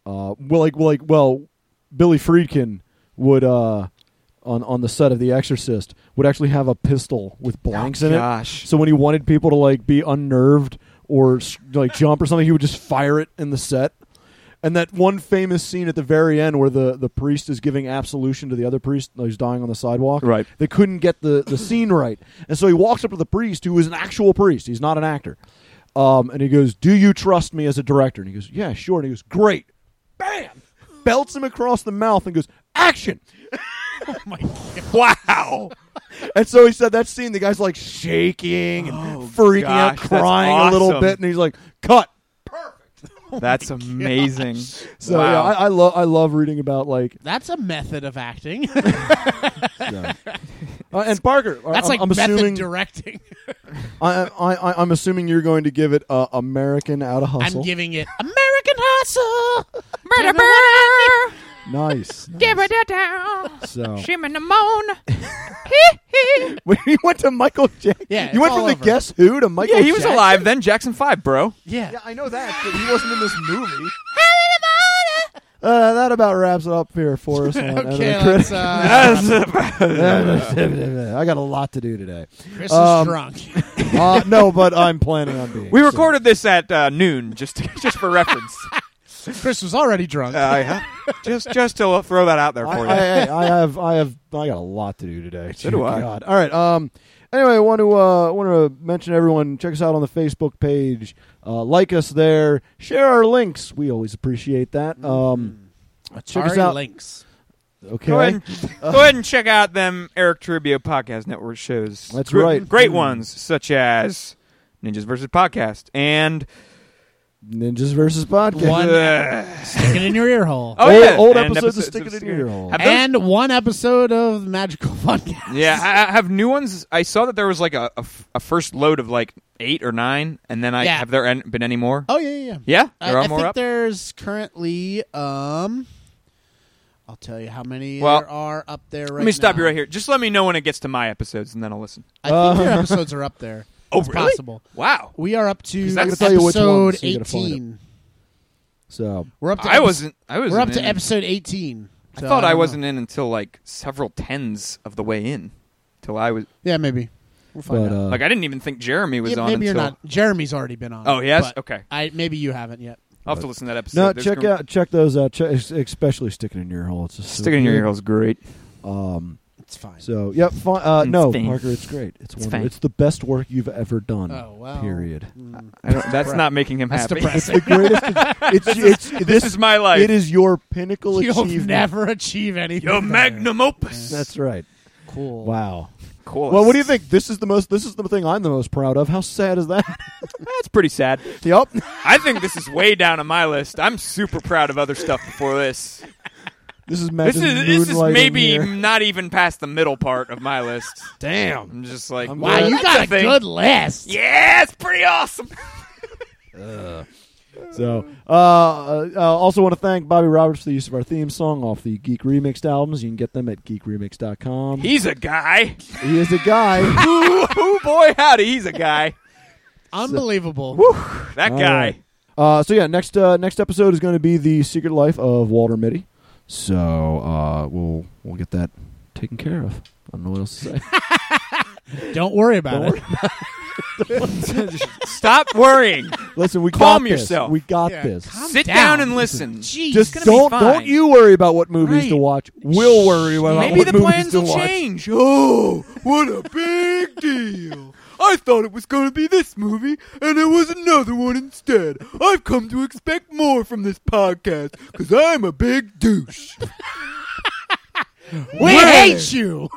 Speaker 3: Uh, well, like, well, like, well, Billy Friedkin would uh, on on the set of The Exorcist would actually have a pistol with blanks in
Speaker 2: Oh, gosh.
Speaker 3: it. So when he wanted people to like be unnerved or s- like jump or something, he would just fire it in the set. And that one famous scene at the very end where the, the priest is giving absolution to the other priest who's dying on the sidewalk.
Speaker 2: Right.
Speaker 3: They couldn't get the, the scene right. And so he walks up to the priest, who is an actual priest. He's not an actor. Um, and he goes, Do you trust me as a director? And he goes, Yeah, sure. And he goes, Great. Bam! Belts him across the mouth and goes, Action!
Speaker 2: wow.
Speaker 3: And so he said that scene, the guy's like shaking and freaking out,
Speaker 2: gosh, that's
Speaker 3: crying a little
Speaker 2: awesome.
Speaker 3: bit. And he's like, Cut!
Speaker 2: That's amazing.
Speaker 3: So
Speaker 2: wow.
Speaker 3: yeah, I, I, lo- I love reading about like
Speaker 4: That's a method of acting.
Speaker 3: uh, and Parker. I-
Speaker 4: That's
Speaker 3: I'm,
Speaker 4: like
Speaker 3: I'm
Speaker 4: method
Speaker 3: assuming
Speaker 4: directing.
Speaker 3: I, I, I, I'm assuming you're going to give it uh, American out of hustle.
Speaker 4: I'm giving it American Hustle. Murder,
Speaker 3: nice. nice.
Speaker 7: Give her that down.
Speaker 3: So
Speaker 7: Shim in the moan.
Speaker 3: when you went to Michael Jackson,
Speaker 4: Yeah, it's
Speaker 3: you went
Speaker 4: all
Speaker 3: from the
Speaker 4: over.
Speaker 3: Guess Who to Michael.
Speaker 2: yeah, he was
Speaker 3: Jackson?
Speaker 2: alive then. Jackson Five, bro.
Speaker 4: Yeah.
Speaker 3: Yeah, I know that, but he wasn't in this movie. Uh, that about wraps it up here for us. on
Speaker 4: Okay,
Speaker 3: Another
Speaker 4: let's, uh,
Speaker 2: uh,
Speaker 3: Critic. I got a lot to do today.
Speaker 4: Chris
Speaker 3: Um,
Speaker 4: is drunk.
Speaker 3: Uh, no, but I'm planning on being.
Speaker 2: we
Speaker 3: so-
Speaker 2: recorded this at uh, noon, just just for reference.
Speaker 4: Chris was already drunk.
Speaker 2: Uh, yeah. Just just to throw that out there
Speaker 3: I,
Speaker 2: for you.
Speaker 3: I, I, I have, I have, I got a lot to do today. So
Speaker 2: do I.
Speaker 3: God. All right. Um. Anyway, I want to uh, want to mention everyone. Check us out on the Facebook page. Uh, like us there. Share our links. We always appreciate that. Um. Check us
Speaker 4: Sorry,
Speaker 3: out.
Speaker 4: Links.
Speaker 3: Okay.
Speaker 2: Mm. Go ahead, and, go ahead and check out them Eric Trubio Podcast Network shows.
Speaker 3: That's
Speaker 2: Gr-
Speaker 3: right.
Speaker 2: Great ones such as Ninjas versus Podcast and
Speaker 3: Ninjas versus podcast.
Speaker 4: One
Speaker 2: Ugh.
Speaker 4: stick it in your ear hole.
Speaker 2: Oh,
Speaker 3: old,
Speaker 2: yeah.
Speaker 3: old
Speaker 2: And
Speaker 3: episodes of
Speaker 2: episodes
Speaker 3: Stick
Speaker 2: of
Speaker 3: It in
Speaker 2: Stick It
Speaker 3: Your Ear Hole.
Speaker 2: Have those-
Speaker 4: and one episode of Magical Podcast.
Speaker 2: Yeah, I, I have new ones. I saw that there was like a, a f- a first load of like eight or nine, and then I
Speaker 4: Yeah.
Speaker 2: have there an- been any more?
Speaker 4: Oh yeah, yeah. yeah.
Speaker 2: Yeah,
Speaker 4: I,
Speaker 2: there are
Speaker 4: I
Speaker 2: more
Speaker 4: think
Speaker 2: up.
Speaker 4: there's currently um. I'll tell you how many
Speaker 2: Well,
Speaker 4: there are up there right
Speaker 2: let me stop
Speaker 4: now.
Speaker 2: you right here. Just let me know when it gets to my episodes, and then I'll listen.
Speaker 4: I think your episodes are up there.
Speaker 2: Oh,
Speaker 4: It's
Speaker 2: really?
Speaker 4: possible.
Speaker 2: Wow,
Speaker 4: We are up to
Speaker 3: 'Cause I'm gonna
Speaker 4: episode
Speaker 3: tell you which one, so you gotta find it.
Speaker 4: eighteen.
Speaker 3: So
Speaker 4: We're up to
Speaker 2: I
Speaker 4: epi-
Speaker 2: wasn't. I was.
Speaker 4: We're up to
Speaker 2: in.
Speaker 4: episode eighteen.
Speaker 2: I
Speaker 4: so
Speaker 2: thought
Speaker 4: don't
Speaker 2: I
Speaker 4: know.
Speaker 2: wasn't in until like several tens of the way in. Till I was
Speaker 4: Yeah, maybe. We'll find
Speaker 3: But,
Speaker 4: out.
Speaker 3: uh,
Speaker 2: like, I didn't even think Jeremy was
Speaker 4: Yeah,
Speaker 2: on.
Speaker 4: maybe
Speaker 2: until,
Speaker 4: you're not. Jeremy's already been on.
Speaker 2: Oh,
Speaker 4: it,
Speaker 2: he has?
Speaker 4: but
Speaker 2: Okay.
Speaker 4: I maybe you haven't yet.
Speaker 2: I'll have to listen to that episode.
Speaker 3: no,
Speaker 2: There's
Speaker 3: check
Speaker 2: gonna-
Speaker 3: out check those out, check, especially Stick It in Your Hole. It's just so
Speaker 2: Sticking in your
Speaker 3: good.
Speaker 2: ear hole's great.
Speaker 3: Um,
Speaker 4: It's fine.
Speaker 3: so yep, fi- uh, no,
Speaker 2: fine.
Speaker 3: Parker, it's great. It's, wonderful.
Speaker 2: fine.
Speaker 3: It's the best work you've ever done.
Speaker 4: Oh, wow.
Speaker 3: Period.
Speaker 4: Mm.
Speaker 2: I don't, that's
Speaker 4: Right.
Speaker 2: not making him
Speaker 4: That's
Speaker 2: happy.
Speaker 4: depressing.
Speaker 3: the greatest. It's, it's,
Speaker 2: this is my life.
Speaker 3: it is your pinnacle
Speaker 4: You'll
Speaker 3: achievement.
Speaker 4: never achieve anything.
Speaker 2: your
Speaker 4: better.
Speaker 2: magnum opus.
Speaker 3: That's right.
Speaker 4: Cool.
Speaker 3: Wow.
Speaker 2: cool.
Speaker 3: Well, what do you think? This is the most. This is the thing I'm the most proud of. How sad is that?
Speaker 2: That's pretty sad.
Speaker 3: yep.
Speaker 2: I think this is way down on my list. I'm super proud of other stuff before this.
Speaker 3: This
Speaker 2: This
Speaker 3: is
Speaker 2: is
Speaker 3: Madison
Speaker 2: this is
Speaker 3: moonlighting
Speaker 2: maybe
Speaker 3: here.
Speaker 2: not even past the middle part of my list.
Speaker 4: Damn.
Speaker 2: I'm just like,
Speaker 3: I'm
Speaker 4: Wow,
Speaker 3: glad-
Speaker 4: you
Speaker 2: that's
Speaker 4: got a
Speaker 2: thing.
Speaker 4: good list.
Speaker 2: Yeah, it's pretty awesome.
Speaker 3: So, uh, uh, uh, also want to thank Bobby Roberts for the use of our theme song off the Geek Remixed albums. You can get them at geekremix.com.
Speaker 2: He's a guy.
Speaker 3: he is a guy.
Speaker 2: Ooh, ooh, boy, howdy, he's a guy.
Speaker 4: Unbelievable.
Speaker 2: That
Speaker 3: All
Speaker 2: guy.
Speaker 3: right. uh, so yeah, next uh, next episode is going to be the Secret Life of Walter Mitty. So uh, we'll we'll get that taken care of. I don't know what else to say.
Speaker 4: Don't worry about
Speaker 3: Don't
Speaker 4: it.
Speaker 2: Stop worrying.
Speaker 3: Listen, we
Speaker 2: Calm
Speaker 3: got this.
Speaker 2: yourself.
Speaker 3: We got
Speaker 4: Yeah,
Speaker 3: this.
Speaker 4: calm
Speaker 2: Sit down.
Speaker 4: down.
Speaker 2: and listen.
Speaker 4: Jeez,
Speaker 3: Just
Speaker 2: gonna be
Speaker 3: don't
Speaker 2: fine.
Speaker 3: don't you worry about what movies to
Speaker 4: Right.
Speaker 3: watch. We'll worry about
Speaker 2: Maybe
Speaker 3: what
Speaker 2: the
Speaker 3: movies
Speaker 2: plans
Speaker 3: to
Speaker 2: will
Speaker 3: watch.
Speaker 2: change. Oh, what a big deal. I thought it was going to be this movie, and it was another one instead. I've come to expect more from this podcast because I'm a big douche.
Speaker 4: we hate you.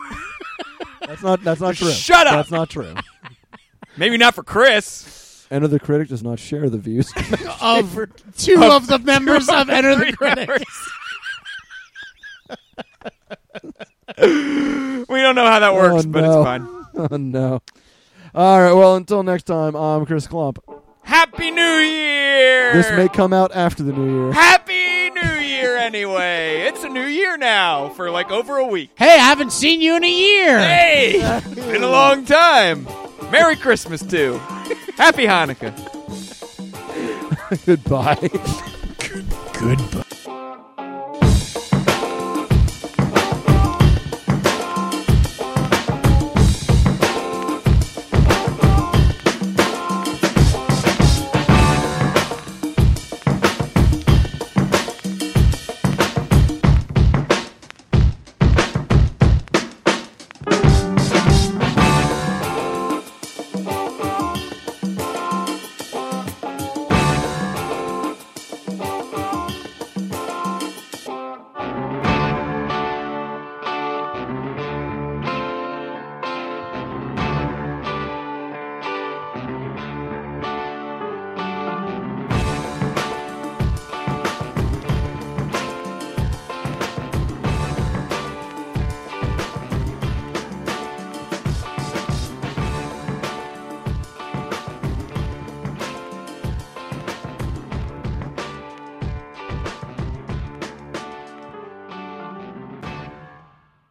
Speaker 3: That's not that's not true.
Speaker 2: Shut up.
Speaker 3: That's not true.
Speaker 2: Maybe not for Chris.
Speaker 3: Enter the critic does not share the views.
Speaker 4: of two of the members of Enter the Critics.
Speaker 2: We don't know how that works,
Speaker 3: Oh,
Speaker 2: but
Speaker 3: no.
Speaker 2: it's fine.
Speaker 3: oh no. All right. Well, until next time, I'm Chris Klump.
Speaker 2: Happy New Year!
Speaker 3: This may come out after the new year.
Speaker 2: Happy New Year anyway. It's a new year now for like over a week.
Speaker 4: Hey, I haven't seen you in a year.
Speaker 2: Hey, it's been a long time. Merry Christmas too. Happy Hanukkah.
Speaker 3: Goodbye.
Speaker 4: Goodbye.